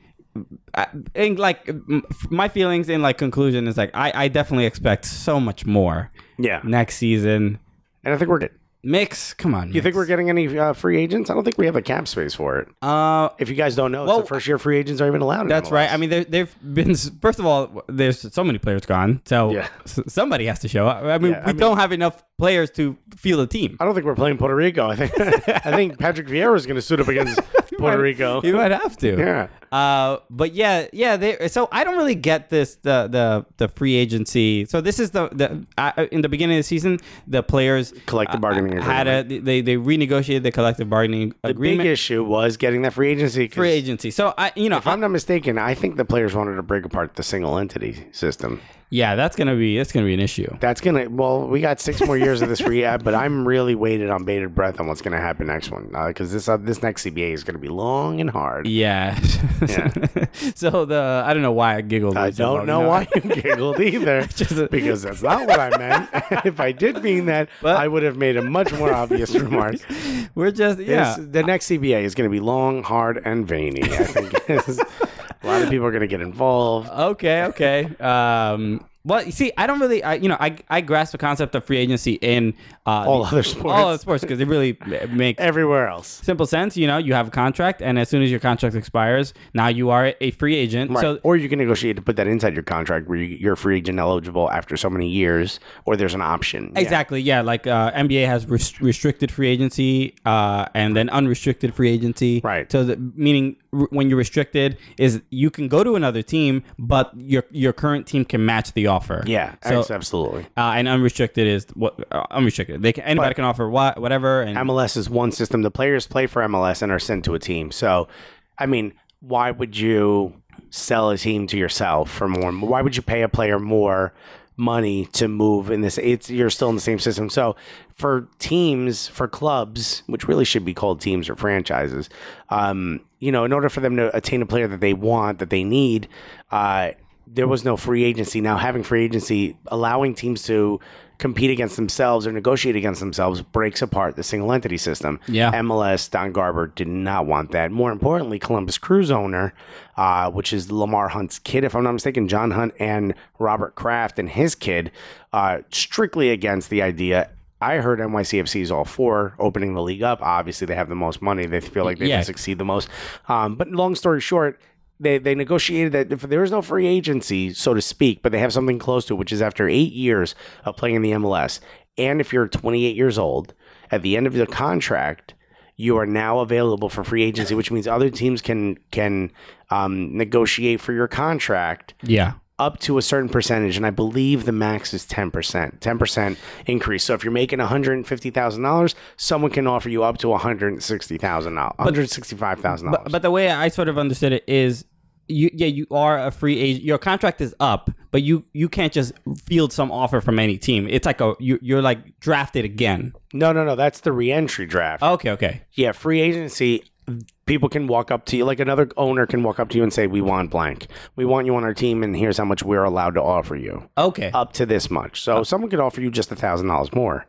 I, and like m- my feelings in like conclusion is like I, I definitely expect so much more Yeah, next season. and I think we're good. Mix, come on. You think we're getting any uh, free agents? I don't think we have a cap space for it. Uh, If you guys don't know, well, it's the first year free agents are even allowed. in that's right. MLS. I mean, there, there've been s- first of all, there's so many players gone, so Yeah. s- somebody has to show up. I mean, Yeah, I we mean- don't have enough players to field a team. I don't think we're playing Puerto Rico. I think I think Patrick Vieira is going to suit up against Puerto Rico. You might have to. Yeah. Uh, but yeah, yeah. They, so I don't really get this the the the free agency. So this is the the uh, in the beginning of the season, the players Collective bargaining uh, had a they they renegotiated the collective bargaining The agreement big issue was getting that free agency. 'cause free agency. So I you know If I'm not mistaken, I think the players wanted to break apart the single entity system. Yeah, that's gonna be that's gonna be an issue. That's gonna. Well, we got six more years of this rehab, but I'm really waited on bated breath on what's gonna happen next one because this uh, this next CBA is gonna be long and hard. Yeah. so the I don't know why I giggled. I when said don't long know and why hard. you giggled either, Just- because that's not what I meant. if I did mean that, But- I would have made a much more obvious remark. We're just yeah. This- the next CBA is going to be long, hard, and veiny. I think a lot of people are going to get involved. okay, okay. Um, well, you see, I don't really, I, you know, I, I grasp the concept of free agency in uh, All the- other sports. all other sports because it really m- makes Everywhere else, simple sense. You know, you have a contract, and as soon as your contract expires, now you are a free agent. right? So or you can negotiate to put that inside your contract where you, you're free agent eligible after so many years, or there's an option. Yeah. exactly, yeah. Like uh, NBA has rest- restricted free agency, uh, and then unrestricted free agency. Right. So the, meaning r- when you're restricted is you can go to another team, but your your current team can match the offer. Yeah, So, ex- absolutely. uh, and unrestricted is what uh, unrestricted. They can, anybody But- can offer what whatever. And MLS is one system. The players play for MLS and are sent to a team. So, I mean, why would you sell a team to yourself for more? Why would you pay a player more money to move in this? It's you're still in the same system. So, for teams, for clubs, which really should be called teams or franchises, um, you know, in order for them to attain a player that they want, that they need, uh, there was no free agency. Now having free agency, allowing teams to compete against themselves or negotiate against themselves breaks apart the single entity system. Yeah. MLS, Don Garber did not want that. More importantly, Columbus Crew's owner, uh, which is Lamar Hunt's kid, if I'm not mistaken, John Hunt and Robert Kraft and his kid, uh, strictly against the idea. I heard NYCFC is all for opening the league up. Obviously, they have the most money. They feel like they Yeah. can succeed the most. Um, but long story short, they they negotiated that if there is no free agency, so to speak, but they have something close to it, which is after eight years of playing in the MLS, and if you're 28 years old, at the end of the contract, you are now available for free agency, which means other teams can can um, negotiate for your contract yeah, up to a certain percentage, and I believe the max is ten percent, ten percent increase. So if you're making one hundred and fifty thousand dollars, someone can offer you up to one hundred and sixty thousand dollars, one hundred sixty-five thousand dollars. but the way I sort of understood it is, you yeah, you are a free agent. Your contract is up, but you you can't just field some offer from any team. It's like a you, you're like drafted again. no, no, no, that's the reentry draft. Okay, okay, Yeah, free agency. People can walk up to you, like another owner can walk up to you and say, "We want blank. We want you on our team, and here's how much we're allowed to offer you." okay. up to this much. Oh. So someone could offer you just a thousand dollars more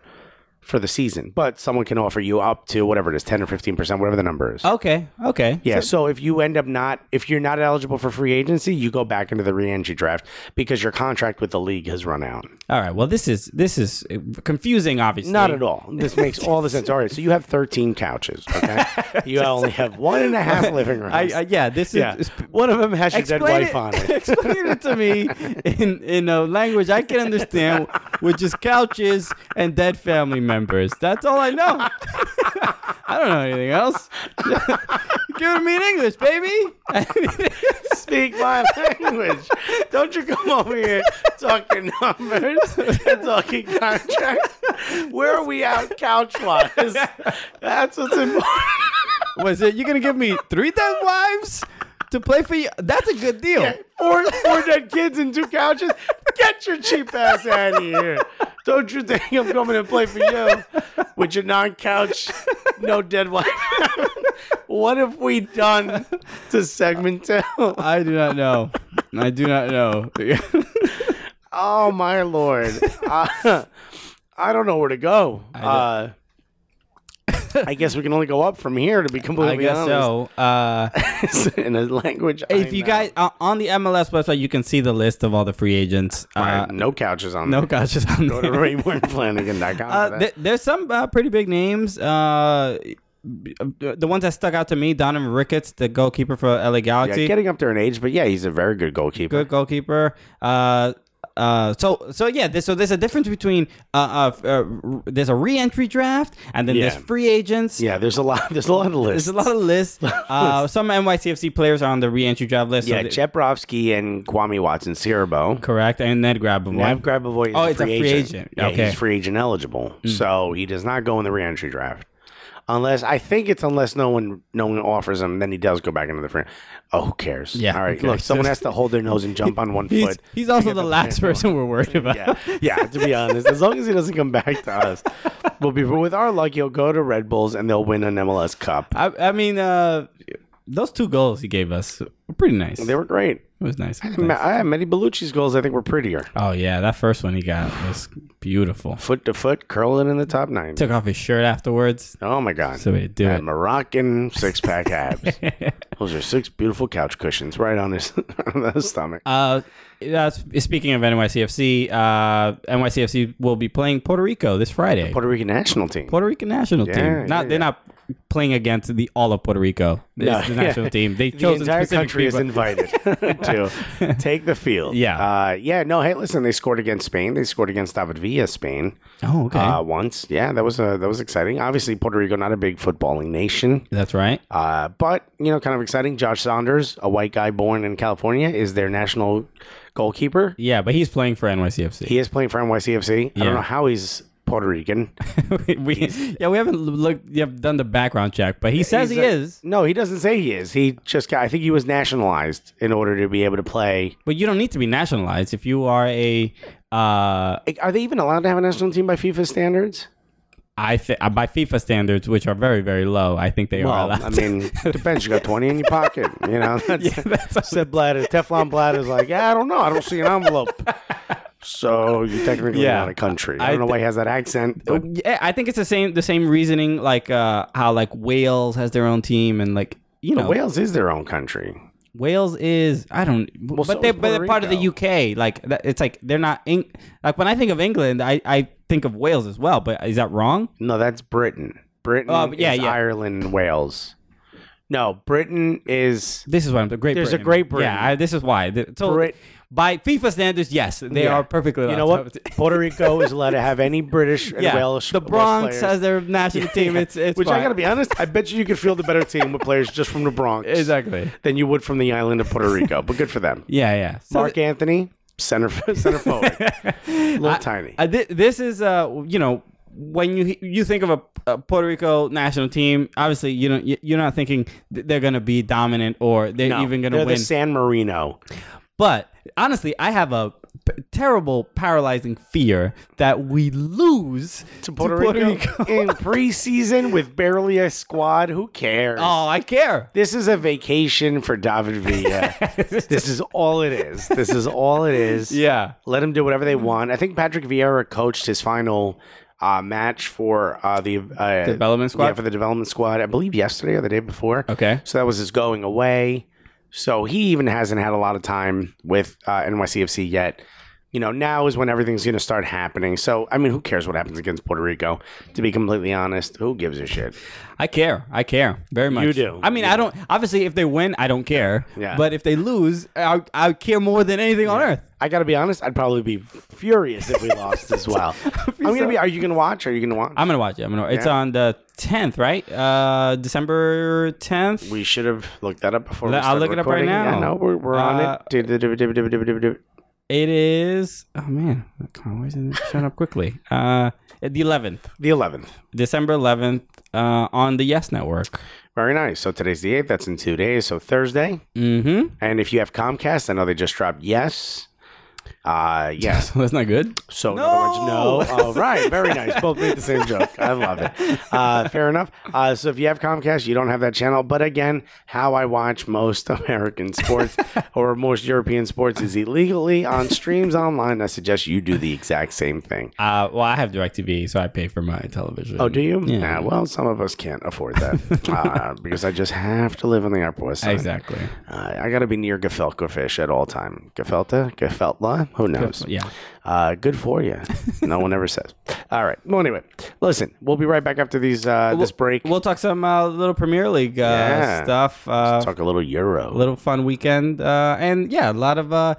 for the season, but someone can offer you up to whatever it is, ten or fifteen percent, whatever the number is. Okay. Okay. Yeah. So if you end up not, if you're not eligible for free agency, you go back into the re-entry draft because your contract with the league has run out. All right. Well, this is this is confusing. Obviously, Not at all. This makes all the sense. All right. So you have 13 couches. Okay. You only have one and a half living rooms. I, I yeah. This is yeah. One of them has your dead Explain wife it- on it. explain it to me in, in a language I can understand, which is couches and dead family members. That's all I know. I don't know anything else. Give it me in English, baby. speak my language. Don't you come over here talking numbers and talking contracts. Where are we out couch wise? That's what's important. Was it you gonna give me three dead wives to play for you? That's a good deal. Four, four dead kids and two couches. Get your cheap ass out of here. Don't you think I'm coming to play for you with your non couch, no dead wife? what have we done to segment two? I do not know. I do not know. Oh my lord! Uh, I don't know where to go. I, uh, I guess we can only go up from here. To be completely I guess honest, so. Uh, in a language. if you guys uh, on the MLS website, you can see the list of all the free agents. Uh, no couches on No there. couches on Go to there. RayMornFlanagan.com. Uh, for that. th- there's some uh, pretty big names. Uh, the ones that stuck out to me, Donovan Ricketts, the goalkeeper for LA yeah, Galaxy, getting up there in age, but yeah, he's a very good goalkeeper. good goalkeeper. Uh, uh, so so yeah, this, so there's a difference between uh, uh, f- uh r- there's a re-entry draft and then there's Yeah. free agents. Yeah, there's a lot. There's a lot of lists. There's a lot of lists. Uh, some NYCFC players are on the re-entry draft list. so yeah, they- Jet Brofsky and Kwame Watson, Cirebo. correct, and then grab them. Nav Grabavoy is Oh, a it's a free free agent. agent. Yeah, Okay. Mm. he's free agent eligible, so he does not go in the re-entry draft. Unless I think it's unless no one no one offers him, then he does go back into the frame. Oh, who cares? Yeah, All right. look, Look, someone there's- has to hold their nose and jump on one He's, foot. he's to also get the last plane person we're worried about. yeah, yeah. To be honest, as long as he doesn't come back to us, we'll be. But with our luck, he'll go to Red Bulls and they'll win an MLS Cup. I, I mean, uh, those two goals he gave us were pretty nice. They were great. it was nice. It was Ma- nice. I, Medi Bellucci's goals, I think, were prettier. Oh yeah, that first one he got was beautiful. Foot to foot, curling in the top nine. Took off his shirt afterwards. Oh my God! So he do Had it. Moroccan six pack abs. Those are six beautiful couch cushions right on his, on his stomach. Uh, that's speaking of NYCFC. Uh, NYCFC will be playing Puerto Rico this Friday. Puerto Rican national team. Puerto Rican national Yeah, team. yeah, Not they're yeah. not playing against the all of Puerto Rico. It's No. the national team. They the chose a entire specific country is people. invited to take the field. Yeah. Uh, yeah. No. Hey, listen. They scored against Spain. They scored against David Villa, Spain. Oh, okay. Uh, once, yeah, that was uh that was exciting. Obviously, Puerto Rico not a big footballing nation, That's right. uh, but you know, kind of exciting. Josh Saunders, a white guy born in California, is their national goalkeeper. Yeah, but he's playing for NYCFC. He is playing for NYCFC. I Yeah. don't know how he's Puerto Rican. we, yeah, we haven't looked. You have done the background check, but he says He's he a- is. No, he doesn't say he is. He just got. I think he was nationalized in order to be able to play. But you don't need to be nationalized if you are a. Uh, Are they even allowed to have a national team by FIFA standards? I th- by FIFA standards, which are very very low. I think they are Well, allowed. I to- mean, depends. You got twenty in your pocket, you know. That's, Yeah, that's- said Blatter. Teflon Blatter's like, yeah, I don't know. I don't see an envelope. So you're technically Yeah. not a country. I, I don't know why he has that accent. Uh, But yeah, I think it's the same the same reasoning like uh, how like Wales has their own team and like you know Wales is their own country. Wales is I don't but so they is but they're Puerto part of the Rico. UK like that, it's like they're not Eng- like when I think of England I I think of Wales as well but is that wrong? No, that's Britain. Britain Oh, but yeah, is yeah. Ireland and Wales. No, Britain is This is why I'm the Great. There's a Britain. Great Britain. Yeah, I, this is why. Th- So Brit- by FIFA standards, yes, they Yeah. are perfectly. You allowed know to what? have it. Puerto Rico is allowed to have any British and yeah, Welsh. the Welsh Bronx players. has their national team. It's it's Which I fine. gotta be honest, I bet you you could field a better team with players just from the Bronx exactly. than you would from the island of Puerto Rico. But good for them. Yeah, yeah. So Mark Anthony, center center forward, little tiny. Uh, thi- this is uh you know when you you think of a, a Puerto Rico national team, obviously you don't you- you're not thinking th- they're gonna be dominant or they're No, even gonna they're win. the San Marino. but honestly, I have a p- terrible paralyzing fear that we lose To Puerto, Rico, in preseason with barely a squad. Who cares? oh, I care. This is a vacation for David Villa. this is all it is. This is all it is. Yeah. Let him do whatever they want. I think Patrick Vieira coached his final uh, match for uh, the uh, Development squad? Yeah, for the development squad. I believe yesterday or the day before. Okay. So that was his going away. So he even hasn't had a lot of time with uh, NYCFC yet. You know, now is when everything's going to start happening. So, I mean, who cares what happens against Puerto Rico? To be completely honest, who gives a shit? I care. I care very much. You do. I mean, I don't. Obviously, if they win, I don't care. Yeah. But if they lose, I, I care more than anything on earth. I got to be honest, I'd probably be furious if we lost as well. I'm going to be, are you going to watch? Are you going to watch? I'm gonna watch it. I'm gonna. It's on the 10th, right? Uh, December 10th. we should have looked that up before. we I'll started look it up right recording. now. I know we're, we're on Uh, it. Do, do, do, do, do, do, do, do. It is. Oh man, come on, why isn't it shut up quickly? Uh, the 11th, The 11th. December 11th, uh, on the Yes Network. Very nice. So today's the 8th. That's in two days. So Thursday. Mm-hmm. And if you have Comcast, I know they just dropped yes. Uh yes. So that's not good. So in other words, no. All right, very nice. Both made the same joke. I love it. Uh, fair enough. Uh, so if you have Comcast, you don't have that channel. But again, how I watch most American sports or most European sports is illegally on streams online. I suggest you do the exact same thing. Uh, well, I have DirecTV, so I pay for my television. Oh, do you? Yeah. Nah, well, some of us can't afford that uh, because I just have to live on the Upper West Side. Exactly. Uh, I got to be near gefelka fish at all time. Gefelta, gefeltla, who knows? Yeah. Uh, good for you. No one ever says. All right. Well, anyway, listen. We'll be right back after these uh, this break. We'll talk some uh, little Premier League uh, Yeah. stuff. Uh, talk a little Euro. a little fun weekend, uh, and yeah, a lot of uh,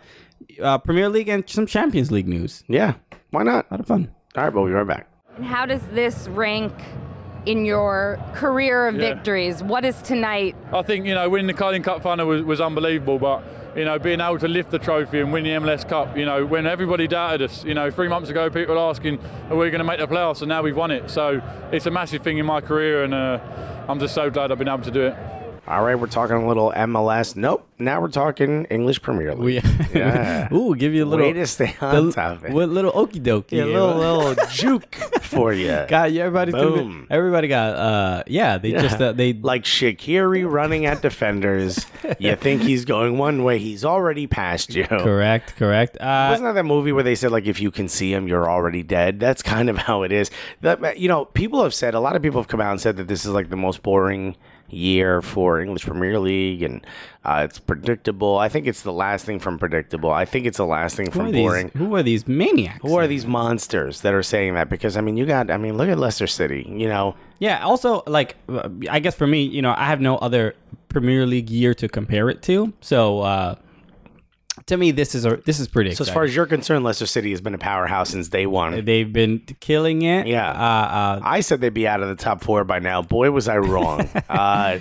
uh, Premier League and some Champions League news. yeah. Why not? A All lot of fun. right. We'll be right back. And how does this rank in your career of victories? What is tonight? I think you know winning the Carling Cup final was, was unbelievable, but you know, being able to lift the trophy and win the MLS Cup. You know, when everybody doubted us, you know, three months ago, people were asking, are we going to make the playoffs? And now we've won it. So it's a massive thing in my career, and uh, I'm just so glad I've been able to do it. All right, we're talking a little MLS. Nope. Now we're talking English Premier League. We, Yeah. Ooh, give you a little. Way to stay on top of it. What little okie dokie? Yeah, little little juke for you. Got you. Everybody. took it- Boom. Everybody got. Uh, yeah. They just uh, they like Shakiri running at defenders. you think he's going one way, he's already past you. correct. Correct. Uh, Wasn't that that movie where they said like if you can see him, you're already dead? That's kind of how it is. That you know, people have said a lot of people have come out and said that this is like the most boring year for English Premier League, and uh, it's predictable. I think it's the last thing from predictable. I think it's the last thing who from are boring. these? Who are these maniacs? Who are these monsters that are saying that? Because I mean, you got. I mean, look at Leicester City. You know, Yeah. Also, like, uh, I guess for me, you know, I have no other Premier League year to compare it to. So, uh, to me, this is a this is pretty. so as exciting. far as you're concerned, Leicester City has been a powerhouse since day one. they've been killing it. Yeah. Uh, uh, I said they'd be out of the top four by now. Boy, was I wrong. uh,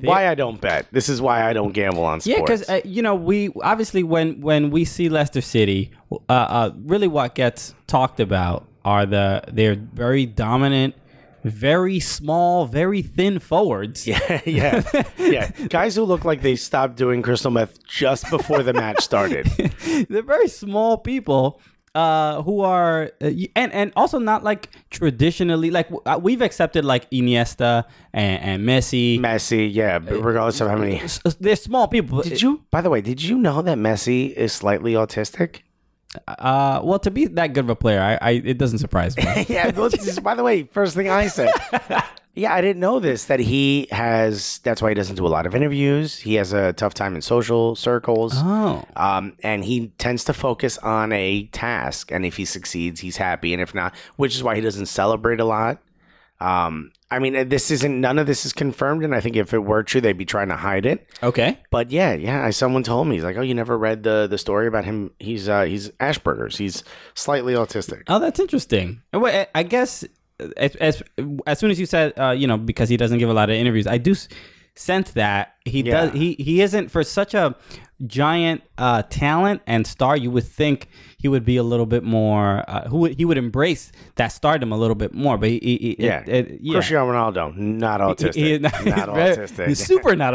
why I don't bet. This is why I don't gamble on yeah, sports. because uh, you know we obviously when when we see Leicester City, uh, uh, really what gets talked about are the they're very dominant, very small, very thin forwards. Yeah. yeah, yeah. Guys who look like they stopped doing crystal meth just before the match started. they're very small people uh, who are uh, y- and and also not like traditionally like w- uh, we've accepted like Iniesta and, and Messi. Messi, yeah. but Regardless of how many. S- s- They're small people. Uh, Did you? By the way, did you know that Messi is slightly autistic? Uh, well, to be that good of a player, I, I it doesn't surprise me. yeah. those- this- by the way, first thing I said. Yeah, I didn't know this. That he has. That's why he doesn't do a lot of interviews. He has a tough time in social circles. oh, Um, and he tends to focus on a task. And if he succeeds, he's happy. And if not, which is why he doesn't celebrate a lot. Um, I mean, this isn't, none of this is confirmed. And I think if it were true, they'd be trying to hide it. okay. But yeah, yeah, I, someone told me, he's like, oh, you never read the, the story about him. He's, uh, he's Asperger's. He's slightly autistic. Oh, that's interesting. And wait, I- I guess uh, as as, as soon as you said, uh, you know, because he doesn't give a lot of interviews, I do s- sense that he Yeah. does. He he isn't for such a giant uh, talent and star. You would think he would be a little bit more. Uh, who would, he would embrace that stardom a little bit more, but he, he, he- Yeah. it- it- yeah. Cristiano Ronaldo, not He- autistic. he- he's not very- autistic. He's super not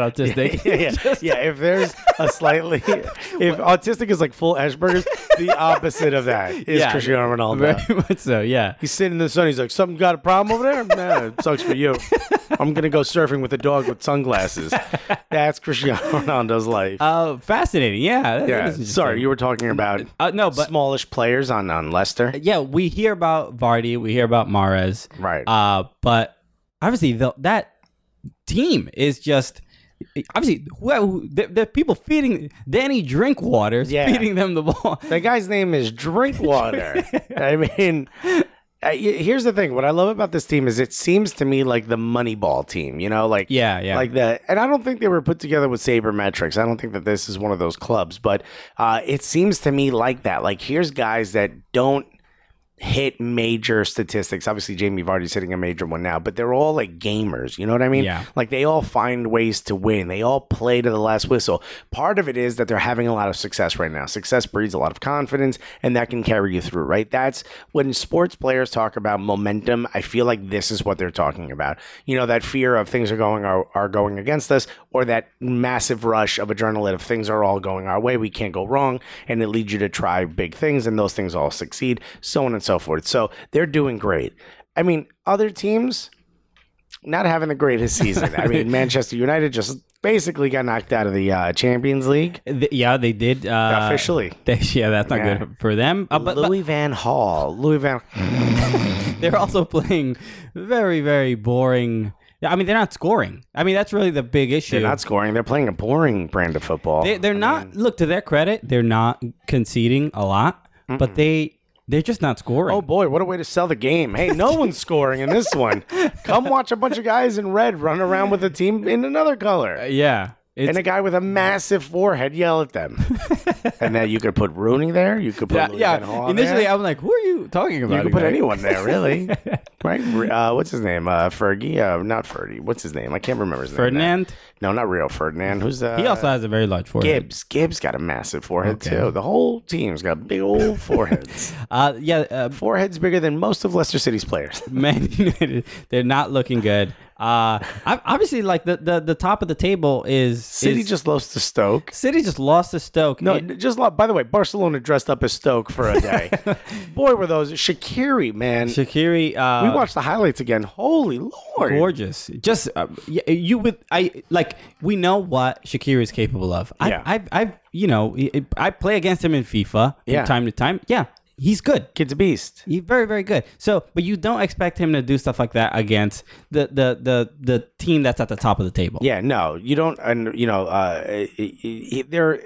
autistic. yeah, yeah. yeah. If there's a slightly, if autistic is like full Asperger's, the opposite of that is Yeah. Cristiano Ronaldo. Very much so. Yeah. He's sitting in the sun. He's like, "Something got a problem over there? Nah, it sucks for you. I'm gonna go surfing with a dog with sunglasses." That's Cristiano Ronaldo's life. Uh, fascinating. Yeah. that- that yeah. is interesting. Sorry, you were talking about Uh, no, but smallish players on on Leicester. yeah, we hear about Vardy, we hear about Mares, Right. Uh, but obviously, the, that team is just obviously who the, the people feeding Danny Drinkwater's Yeah. feeding them the ball. The guy's name is Drinkwater. I mean, I- y- here's the thing. What I love about this team is it seems to me like the Moneyball team. You know, like Yeah, yeah. like the. And I don't think they were put together with sabermetrics. I don't think that this is one of those clubs, but uh, it seems to me like that. Like here's guys that don't hit major statistics. Obviously, Jamie Vardy's hitting a major one now, but they're all like gamers. You know what I mean? Yeah. Like they all find ways to win. They all play to the last whistle. Part of it is that they're having a lot of success right now. Success breeds a lot of confidence, and that can carry you through, right? That's when sports players talk about momentum. I feel like this is what they're talking about. You know, that fear of things are going are, are going against us, or that massive rush of adrenaline of things are all going our way. We can't go wrong, and it leads you to try big things, and those things all succeed, so on and so forth. So they're doing great. I mean, other teams not having the greatest season. I mean, Manchester United just basically got knocked out of the uh, Champions League Th- yeah, they did uh, officially. they- yeah, that's not Yeah. good for them. Uh, but, but Louis Van Hall, Louis Van, they're also playing very, very boring. I mean, they're not scoring. I mean, that's really the big issue. they're not scoring. They're playing a boring brand of football. They, they're not. look to their credit, they're not conceding a lot, but they they're just not scoring. oh boy, what a way to sell the game! Hey, no one's scoring in this one. Come watch a bunch of guys in red run around with a team in another color. yeah, it's, And a guy with a massive forehead yell at them. and now you could put Rooney there. You could put yeah. Louis Van yeah. Hall Initially, there. I'm like, who are you talking about? you could put exactly?" anyone there, really. right? Uh, what's his name? Uh, Fergie? Uh, not Fergie. What's his name? I can't remember his name. now. Ferdinand? No, not real Ferdinand. Who's that? He also has a very large forehead. Gibbs. Gibbs got a massive forehead Okay. too. The whole team's got big old foreheads. Uh, yeah, uh, foreheads bigger than most of Leicester City's players. Man United, they're not looking good. Uh, ob- obviously, like the, the, the top of the table is City is- just lost to Stoke. City just lost to Stoke. No, And- just lo- by the way, Barcelona dressed up as Stoke for a day. Boy, were those Shakiri, man. Shakiri. Uh, we watched the highlights again. Holy lord! gorgeous. Just uh, y- you with I like we know what Shakira is capable of. I Yeah. I, I you know I- I play against him in FIFA Yeah. from time to time. Yeah, he's good. Kid's a beast. He's very very good. So, but you don't expect him to do stuff like that against the the the the team that's at the top of the table. Yeah, no, you don't. And you know, uh, there,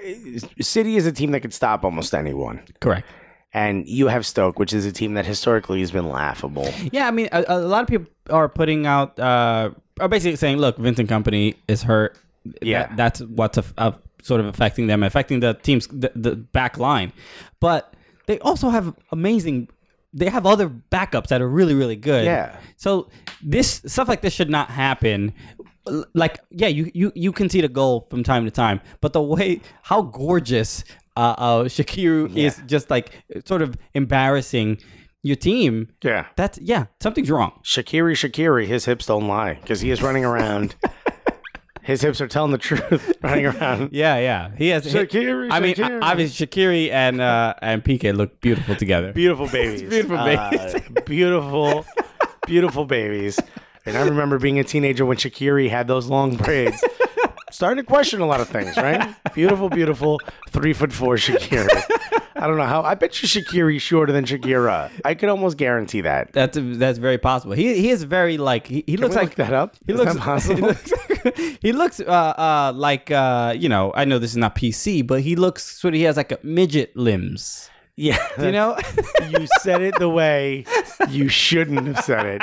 City is a team that could stop almost anyone. correct. And you have Stoke, which is a team that historically has been laughable. Yeah, I mean, a, a lot of people are putting out, uh, are basically saying, look, Vincent Company is hurt. Yeah. That- that's what's af- uh, sort of affecting them, affecting the team's the, the back line. But they also have amazing. They have other backups that are really, really good. Yeah. So this stuff like this should not happen. L- Like, yeah, you you you concede a goal from time to time, but the way how gorgeous uh, uh Shakiru is just like sort of embarrassing your team. Yeah. That's yeah, something's wrong. Shakiri, Shakiri, his hips don't lie because he is running around. his hips are telling the truth, running around. Yeah, yeah. He has Shaqiri, I mean, Shaqiri. obviously Shakiri and uh and PK look beautiful together. Beautiful babies. Beautiful babies. Uh, beautiful, beautiful babies. And I remember being a teenager when Shakiri had those long braids. Starting to question a lot of things, right? Beautiful, beautiful, three foot four Shakiri. I don't know how. I bet you Shakiri's shorter than Shakira. I could almost guarantee that. That's that's very possible. He he is very like he, he looks we like look that up? He Is looks that possible? He looks, he looks, uh, uh like uh you know I know this is not PC, but he looks sort of he has like a midget limbs. Yeah, You know, you said it the way you shouldn't have said it.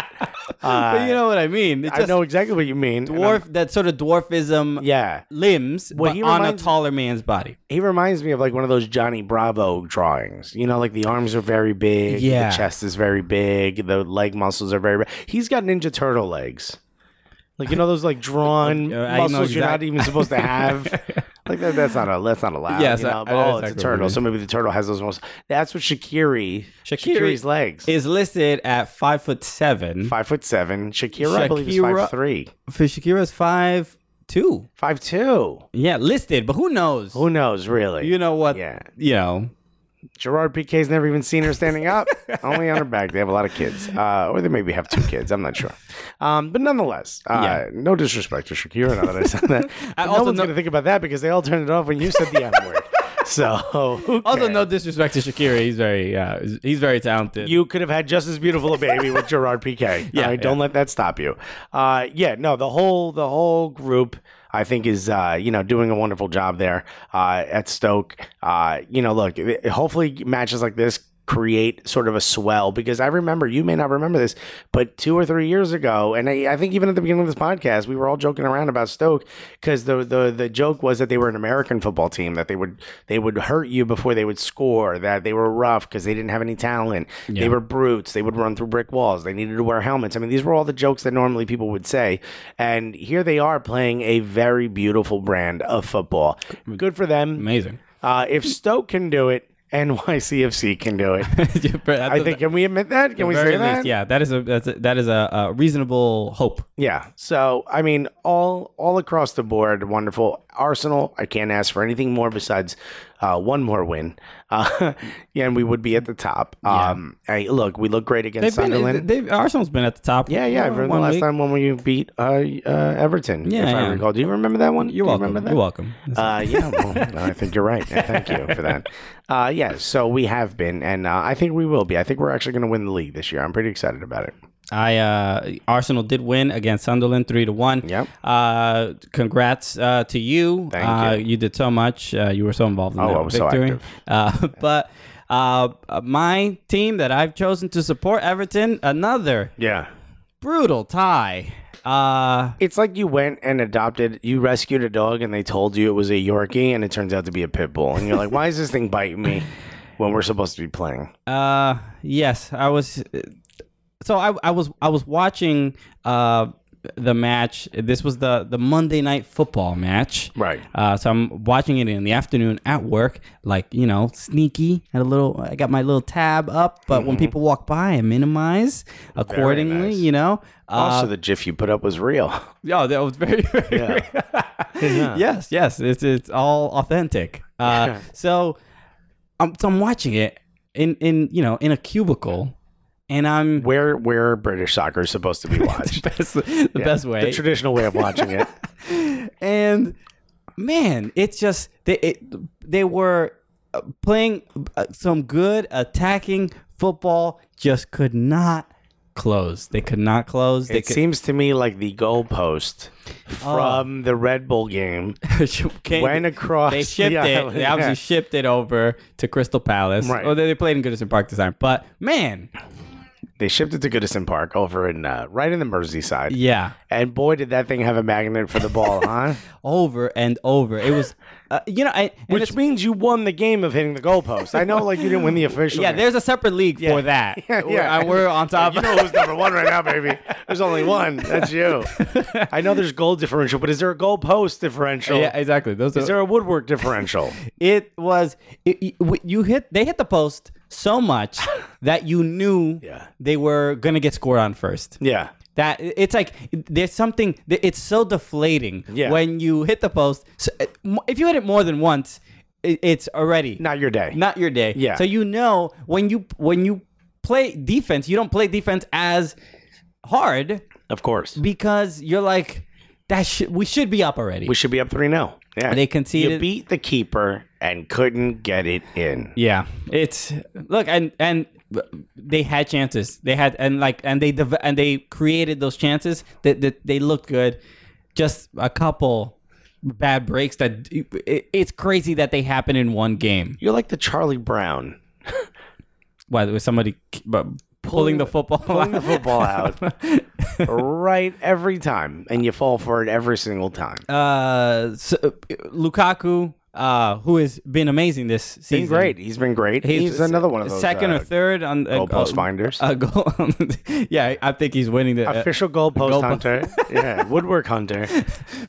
Uh, but you know what I mean. It's I just know exactly what you mean. and I'm- dwarf that sort of dwarfism. Yeah. limbs, Well, but he on a reminds- taller man's body. He reminds me of like one of those Johnny Bravo drawings. You know, like the arms are very big, Yeah. the chest is very big, the leg muscles are very big. He's got Ninja Turtle legs. Like you know those like drawn I know muscles you're not exact- even supposed to have. like that, that's not a that's not allowed. Yes, you I- know? I but, know oh, exactly it's a what turtle. you So maybe the turtle has those muscles. That's what Shakiri Shaqiri Shakiri's legs. Is listed at five foot seven. five foot seven. Shakira, I believe is Shakira- five three. for Shakira's five two. Five two. Yeah, listed, but who knows? Who knows really? you know what? Yeah. You know. Gerard Piquet's never even seen her standing up, only on her back. They have a lot of kids, uh, or they maybe have two kids. I'm not sure. Um, but nonetheless, uh, no disrespect to Shakira. Now that I said that, But no also one's know- going to think about that because they all turned it off when you said the F word. So who Also, cares? no disrespect to Shakira. He's very, uh, he's very talented. You could have had just as beautiful a baby with Gerard Piquet. Yeah, All right, don't yeah. let that stop you. Uh, yeah, no, the whole the whole group I think is uh, you know doing a wonderful job there uh, at Stoke. Uh, you know, look, it- hopefully matches like this create sort of a swell because I remember you may not remember this, but two or three years ago, and I, I think even at the beginning of this podcast, we were all joking around about Stoke because the, the the joke was that they were an American football team that they would they would hurt you before they would score, that they were rough because they didn't have any talent, they were brutes, they would run through brick walls, they needed to wear helmets. I mean, these were all the jokes that normally people would say, and here they are playing a very beautiful brand of football. Good for them. Amazing. Uh, if Stoke can do it. NYCFC can do it. I think can we admit that? Can we say that? yeah, that is a that's a, that is a, a reasonable hope. Yeah. So I mean, all all across the board, wonderful. Arsenal, I can't ask for anything more besides uh, one more win, uh, yeah, and we would be at the top. Um, hey, look, we look great against They've Sunderland. been, they've, Arsenal's been at the top. yeah, yeah. I for remember the one last week. time when we beat uh, uh, Everton, Yeah, if I yeah. recall. Do you remember that one? You're Do you welcome. remember that? You're welcome. Uh, yeah, well, I think you're right. and Thank you for that. Uh, yeah, so we have been, and uh, I think we will be. I think we're actually going to win the league this year. I'm pretty excited about it. I uh, Arsenal did win against Sunderland three to one. Yep. Uh, congrats uh, to you. Thank uh, you. You did so much. Uh, you were so involved in Oh, that I was so victory. active. Uh, but uh, my team that I've chosen to support Everton another Yeah. brutal tie. Uh, It's like you went and adopted, you rescued a dog, and they told you it was a Yorkie, and it turns out to be a pit bull, and you're like, "Why is this thing biting me?" When we're supposed to be playing, uh, yes, I was uh, so I, I was I was watching uh, the match. This was the the Monday night football match, Right. Uh, so I'm watching it in the afternoon at work, like you know, sneaky. Had a little. I got my little tab up, but when people walk by, I minimize accordingly. nice. You know. Uh, also, the GIF you put up was real. Oh, Yeah, that was very, very yes, yes. It's it's all authentic. Uh, so, I'm so I'm watching it in in you know in a cubicle, and I'm Where where British soccer is supposed to be watched. best, the best way. The traditional way of watching it. and man, it's just they it, they were uh, playing uh, some good attacking football, just could not close. They could Oh. not close. They It seems to me like the goalpost from the Red Bull game. could, came- went across They shipped the it. island, They obviously yeah. shipped it over to Crystal Palace. Right. Right. Well, they, they played in Goodison Park this time, but man, They shipped it to Goodison Park over in uh, right in the Merseyside. yeah, And boy, did that thing have a magnet for the ball, huh? over and over. It was, uh, you know, I, and Which it's- means you won the game of hitting the goalpost. I know, like you didn't win the official. yeah, game. there's a separate league for that. Uh, Yeah, yeah. We're, we're on top. You know who's number one right now, baby? There's only one. That's you. I know there's goal differential, but is there a goal post differential? yeah, exactly. Those Is are, there a woodwork differential? it was it, it- w- you hit they hit the post so much that you knew Yeah. they were gonna get scored on first. yeah. That it's like there's something. It's so deflating Yeah. when you hit the post. So, eh, if you hit it more than once, it, it's already Not your day. not your day. Yeah. So you know when you when you play defense, you don't play defense as hard of course. because you're like that. Sh- we should be up already. We should be up 3 0. Yeah. They conceded- You beat the keeper and couldn't get it in. Yeah, it's look and and they had chances. They had and like and they dev- and they created those chances that that they looked good. Just a couple bad breaks that it, it's crazy that they happen in one game. You're like the Charlie Brown Whether it was somebody k- bu- pulling the football, pulling the out. football out right every time, and you fall for it every single time. Uh, so, uh, Lukaku, uh, who has been amazing this season. He's great. He's been great. He's, another one of those second uh, or third on uh, goal post finders. Uh, goal, yeah, I think he's winning the uh, official goal post goal po- hunter. yeah, woodwork hunter.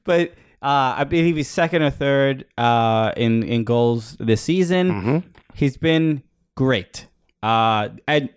but uh, I believe he's second or third uh, in in goals this season. Mm-hmm. He's been great. Uh, and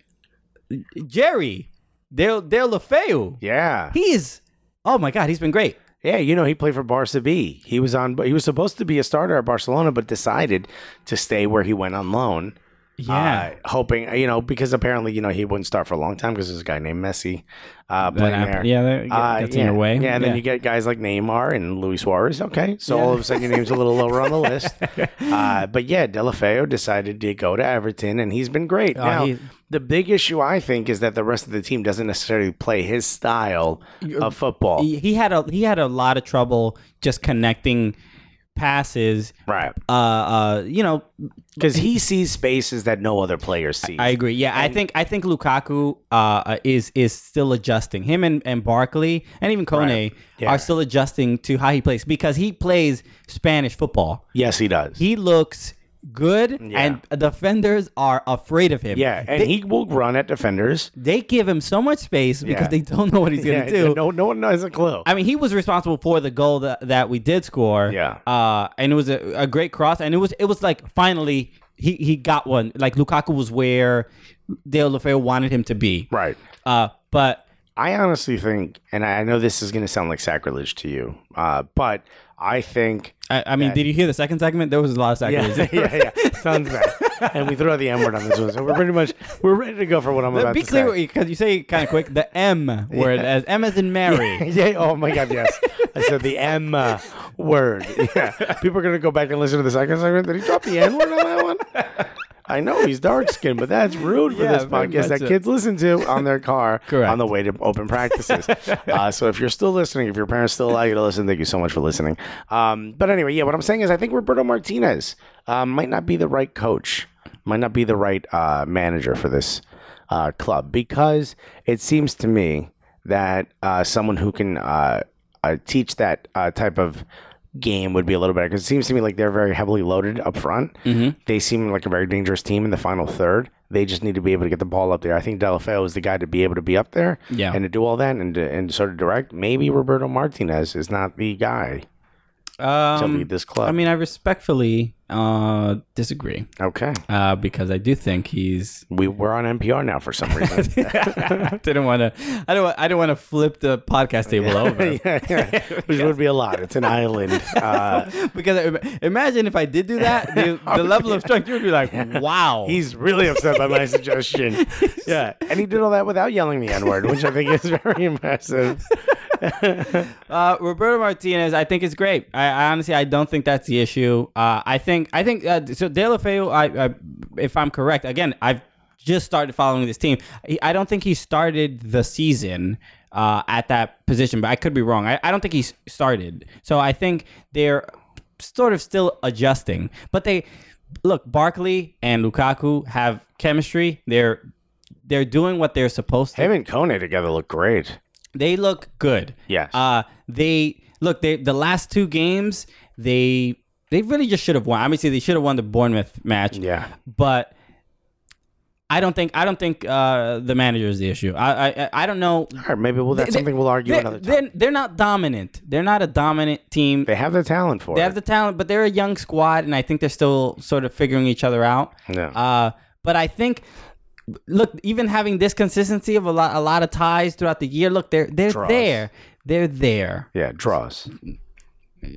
Jerry Del Del Lefeu, Yeah, he is. Oh my God, he's been great. yeah. You know, he played for Barca B. He was on. He was supposed to be a starter at Barcelona, but decided to stay where he went on loan. Yeah, uh, hoping you know because apparently you know he wouldn't start for a long time because there's a guy named Messi uh, playing there. happened. Yeah, that- Uh, that's in your way. Yeah, and then Yeah. you get guys like Neymar and Luis Suarez. Okay, so all of a sudden your name's a little lower on the list. Uh, but yeah, Delafeo decided to go to Everton, and he's been great. now, Oh, he- the big issue I think is that the rest of the team doesn't necessarily play his style of football. Uh, he, he had a he had a lot of trouble just connecting passes. Right, Uh, uh, you know, because he sees spaces that no other player sees. I agree. Yeah, I think I think Lukaku uh, is is still adjusting. Him and and Barkley and even Kone Yeah. are still adjusting to how he plays because he plays Spanish football. yes, he does. He looks good, and defenders are afraid of him. yeah, and they, he will run at defenders. they give him so much space because Yeah. they don't know what he's Yeah, gonna do. no, no one has a clue. I mean, he was responsible for the goal that, that we did score. Yeah. Uh, and it was a, a great cross, and it was it was like finally he he got one. Like Lukaku was where Dale LaFleur wanted him to be. right. Uh, but I honestly think, and I I know this is going to sound like sacrilege to you, uh, but I think. I, I mean, did you hear the second segment? There was a lot of segments. Yeah, yeah, yeah. Sounds bad. And we threw out the M word on this one, so we're pretty much we're ready to go for what I'm about Be to clear say. because you say kind of quick. The M word as M as in Mary. Yeah. Oh my God. Yes. I said the M uh, word. Yeah. People are going to go back and listen to the second segment. Did he drop the N word on that one? I know he's dark skinned, but that's rude for Yeah, this very podcast much that so. kids listen to on their car Correct. on the way to open practices. uh, so if you're still listening, if your parents still allow you to listen, thank you so much for listening. Um, but anyway, yeah, what I'm saying is I think Roberto Martinez um, might not be the right coach, might not be the right uh, manager for this uh, club because it seems to me that uh, someone who can uh, uh, teach that uh, type of game would be a little better Mm-hmm. because it seems to me like they're very heavily loaded up front. They seem like a very dangerous team in the final third. They just need to be able to get the ball up there. I think Delafeo is the guy to be able to be up there Yeah. and to do all that and to, and sort of direct. Maybe Roberto Martinez is not the guy to Um, lead this club. I mean, I respectfully uh, disagree okay, uh, because I do think he's. we we're on NPR now for some reason. I didn't want to. I don't. I didn't want to flip the podcast table over. yeah, yeah. Which would be a lot. It's an island. Uh, Because I- imagine if I did do that, the, the level of strength you would be like, wow. he's really upset by my suggestion. Yeah, and he did all that without yelling the N word, which I think is very impressive. Uh, Roberto Martinez, I think is great. I, I honestly, I don't think that's the issue. Uh, I think, I think uh, so. De La Feu, I, I, if I'm correct, again, I've just started following this team. He- I don't think he started the season uh, at that position, but I could be wrong. I, I don't think he s- started. So I think they're sort of still adjusting. But they look, Barkley and Lukaku have chemistry. They're they're doing what they're supposed to Him and Kone together look great. they look good. Yes. Uh they look they the last two games they they really just should have won. Obviously they should have won the Bournemouth match. Yeah. But I don't think I don't think uh, the manager is the issue. I I, I don't know. All right, maybe we'll, that's something we'll argue They- another time. They're, they're not dominant. They're not a dominant team. They have the talent for They it. have the talent, but they're a young squad, and I think they're still sort of figuring each other out. Yeah. Uh, but I think, look, even having this consistency of a lot, a lot of ties throughout the year, look, they're they're Draws. there, they're there. yeah, draws.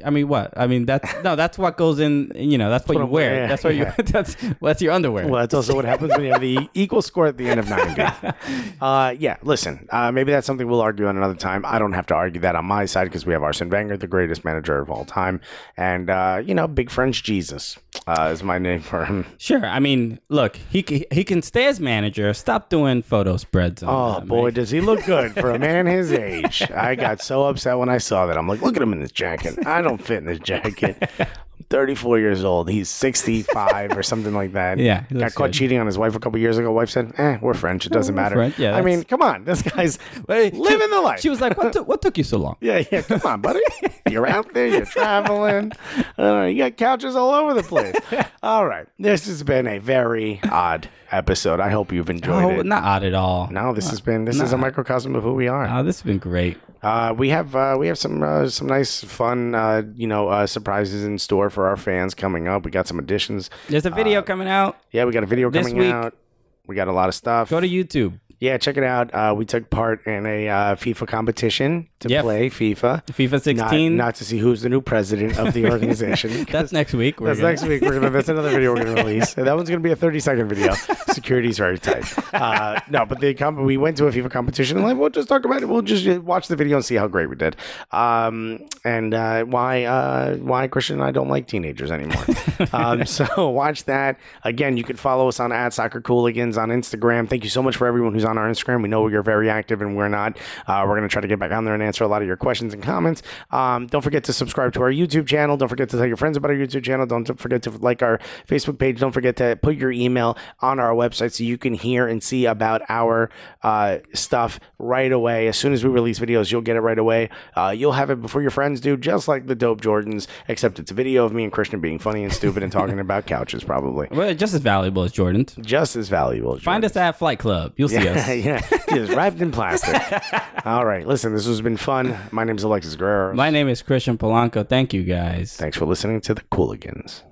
I mean, what? I mean, that's no, that's what goes in. You know, that's what you I'm wear. wearing. That's what you. Yeah. That's that's your underwear. Well, that's also what happens when you have the equal score at the end of 90. Uh, yeah, listen, uh, maybe that's something we'll argue on another time. I don't have to argue that on my side because we have Arsene Wenger, the greatest manager of all time. And, uh, you know, Big French Jesus uh, is my name for him. Sure. I mean, look, he c- he can stay as manager. Stop doing photo spreads. Oh, On boy, does he look good for a man his age. I got so upset when I saw that. I'm like, look at him in this jacket. I don't fit in this jacket. I'm 34 years old. He's 65 or something like that. Yeah, he Got looks caught good. cheating on his wife a couple years ago. Wife said, eh, we're French. It doesn't matter. French, yeah, I mean, that's- come on. This guy's living the life. She was like, "What? took what took you so long?" yeah, yeah, come on, buddy. You're out there, you're traveling. Uh, you got couches all over the place. All right. This has been a very odd episode. I hope you've enjoyed Oh, it. not odd at all. No, this has been this is a microcosm of who we are. Oh, this has been great. Uh, we have uh, we have some uh, some nice fun uh, you know uh, surprises in store for our fans coming up. We got some additions. There's a Uh, video coming out. Yeah, we got a video This coming week- out. We got a lot of stuff. Go to YouTube, yeah, check it out. Uh, we took part in a uh, FIFA competition to Yeah. play FIFA. FIFA Not, 16. not to see who's the new president of the organization. That's next week. We're That's gonna- next week. We're gonna. That's another video we're gonna release. And that one's gonna be a thirty second video. Security's very tight. Uh, no, but the comp- we went to a FIFA competition. And like, we'll just talk about it. We'll just uh, watch the video and see how great we did. Um, and uh, why uh, why Christian and I don't like teenagers anymore. um, so watch that again. You can follow us on at Soccer Cooligans on Instagram. Thank you so much for everyone who's on our Instagram. We know you're very active and we're not. Uh, we're gonna try to get back on there and answer a lot of your questions and comments. Um, don't forget to subscribe to our YouTube channel. Don't forget to tell your friends about our YouTube channel. Don't forget to like our Facebook page. Don't forget to put your email on our website so you can hear and see about our uh, stuff right away. As soon as we release videos, you'll get it right away. Uh, you'll have it before your friends do, just like the Dope Jordans, except it's a video of me and Christian being funny and stupid and talking about couches, probably. Well, just as valuable as Jordan's. Just as valuable. as Find Jordans. us at Flight Club. You'll see us. yeah, just wrapped in plastic. All right, listen, this has been fun. My name's Alexis Guerrero. My name is Christian Polanco. Thank you, guys. Thanks for listening to the Cooligans.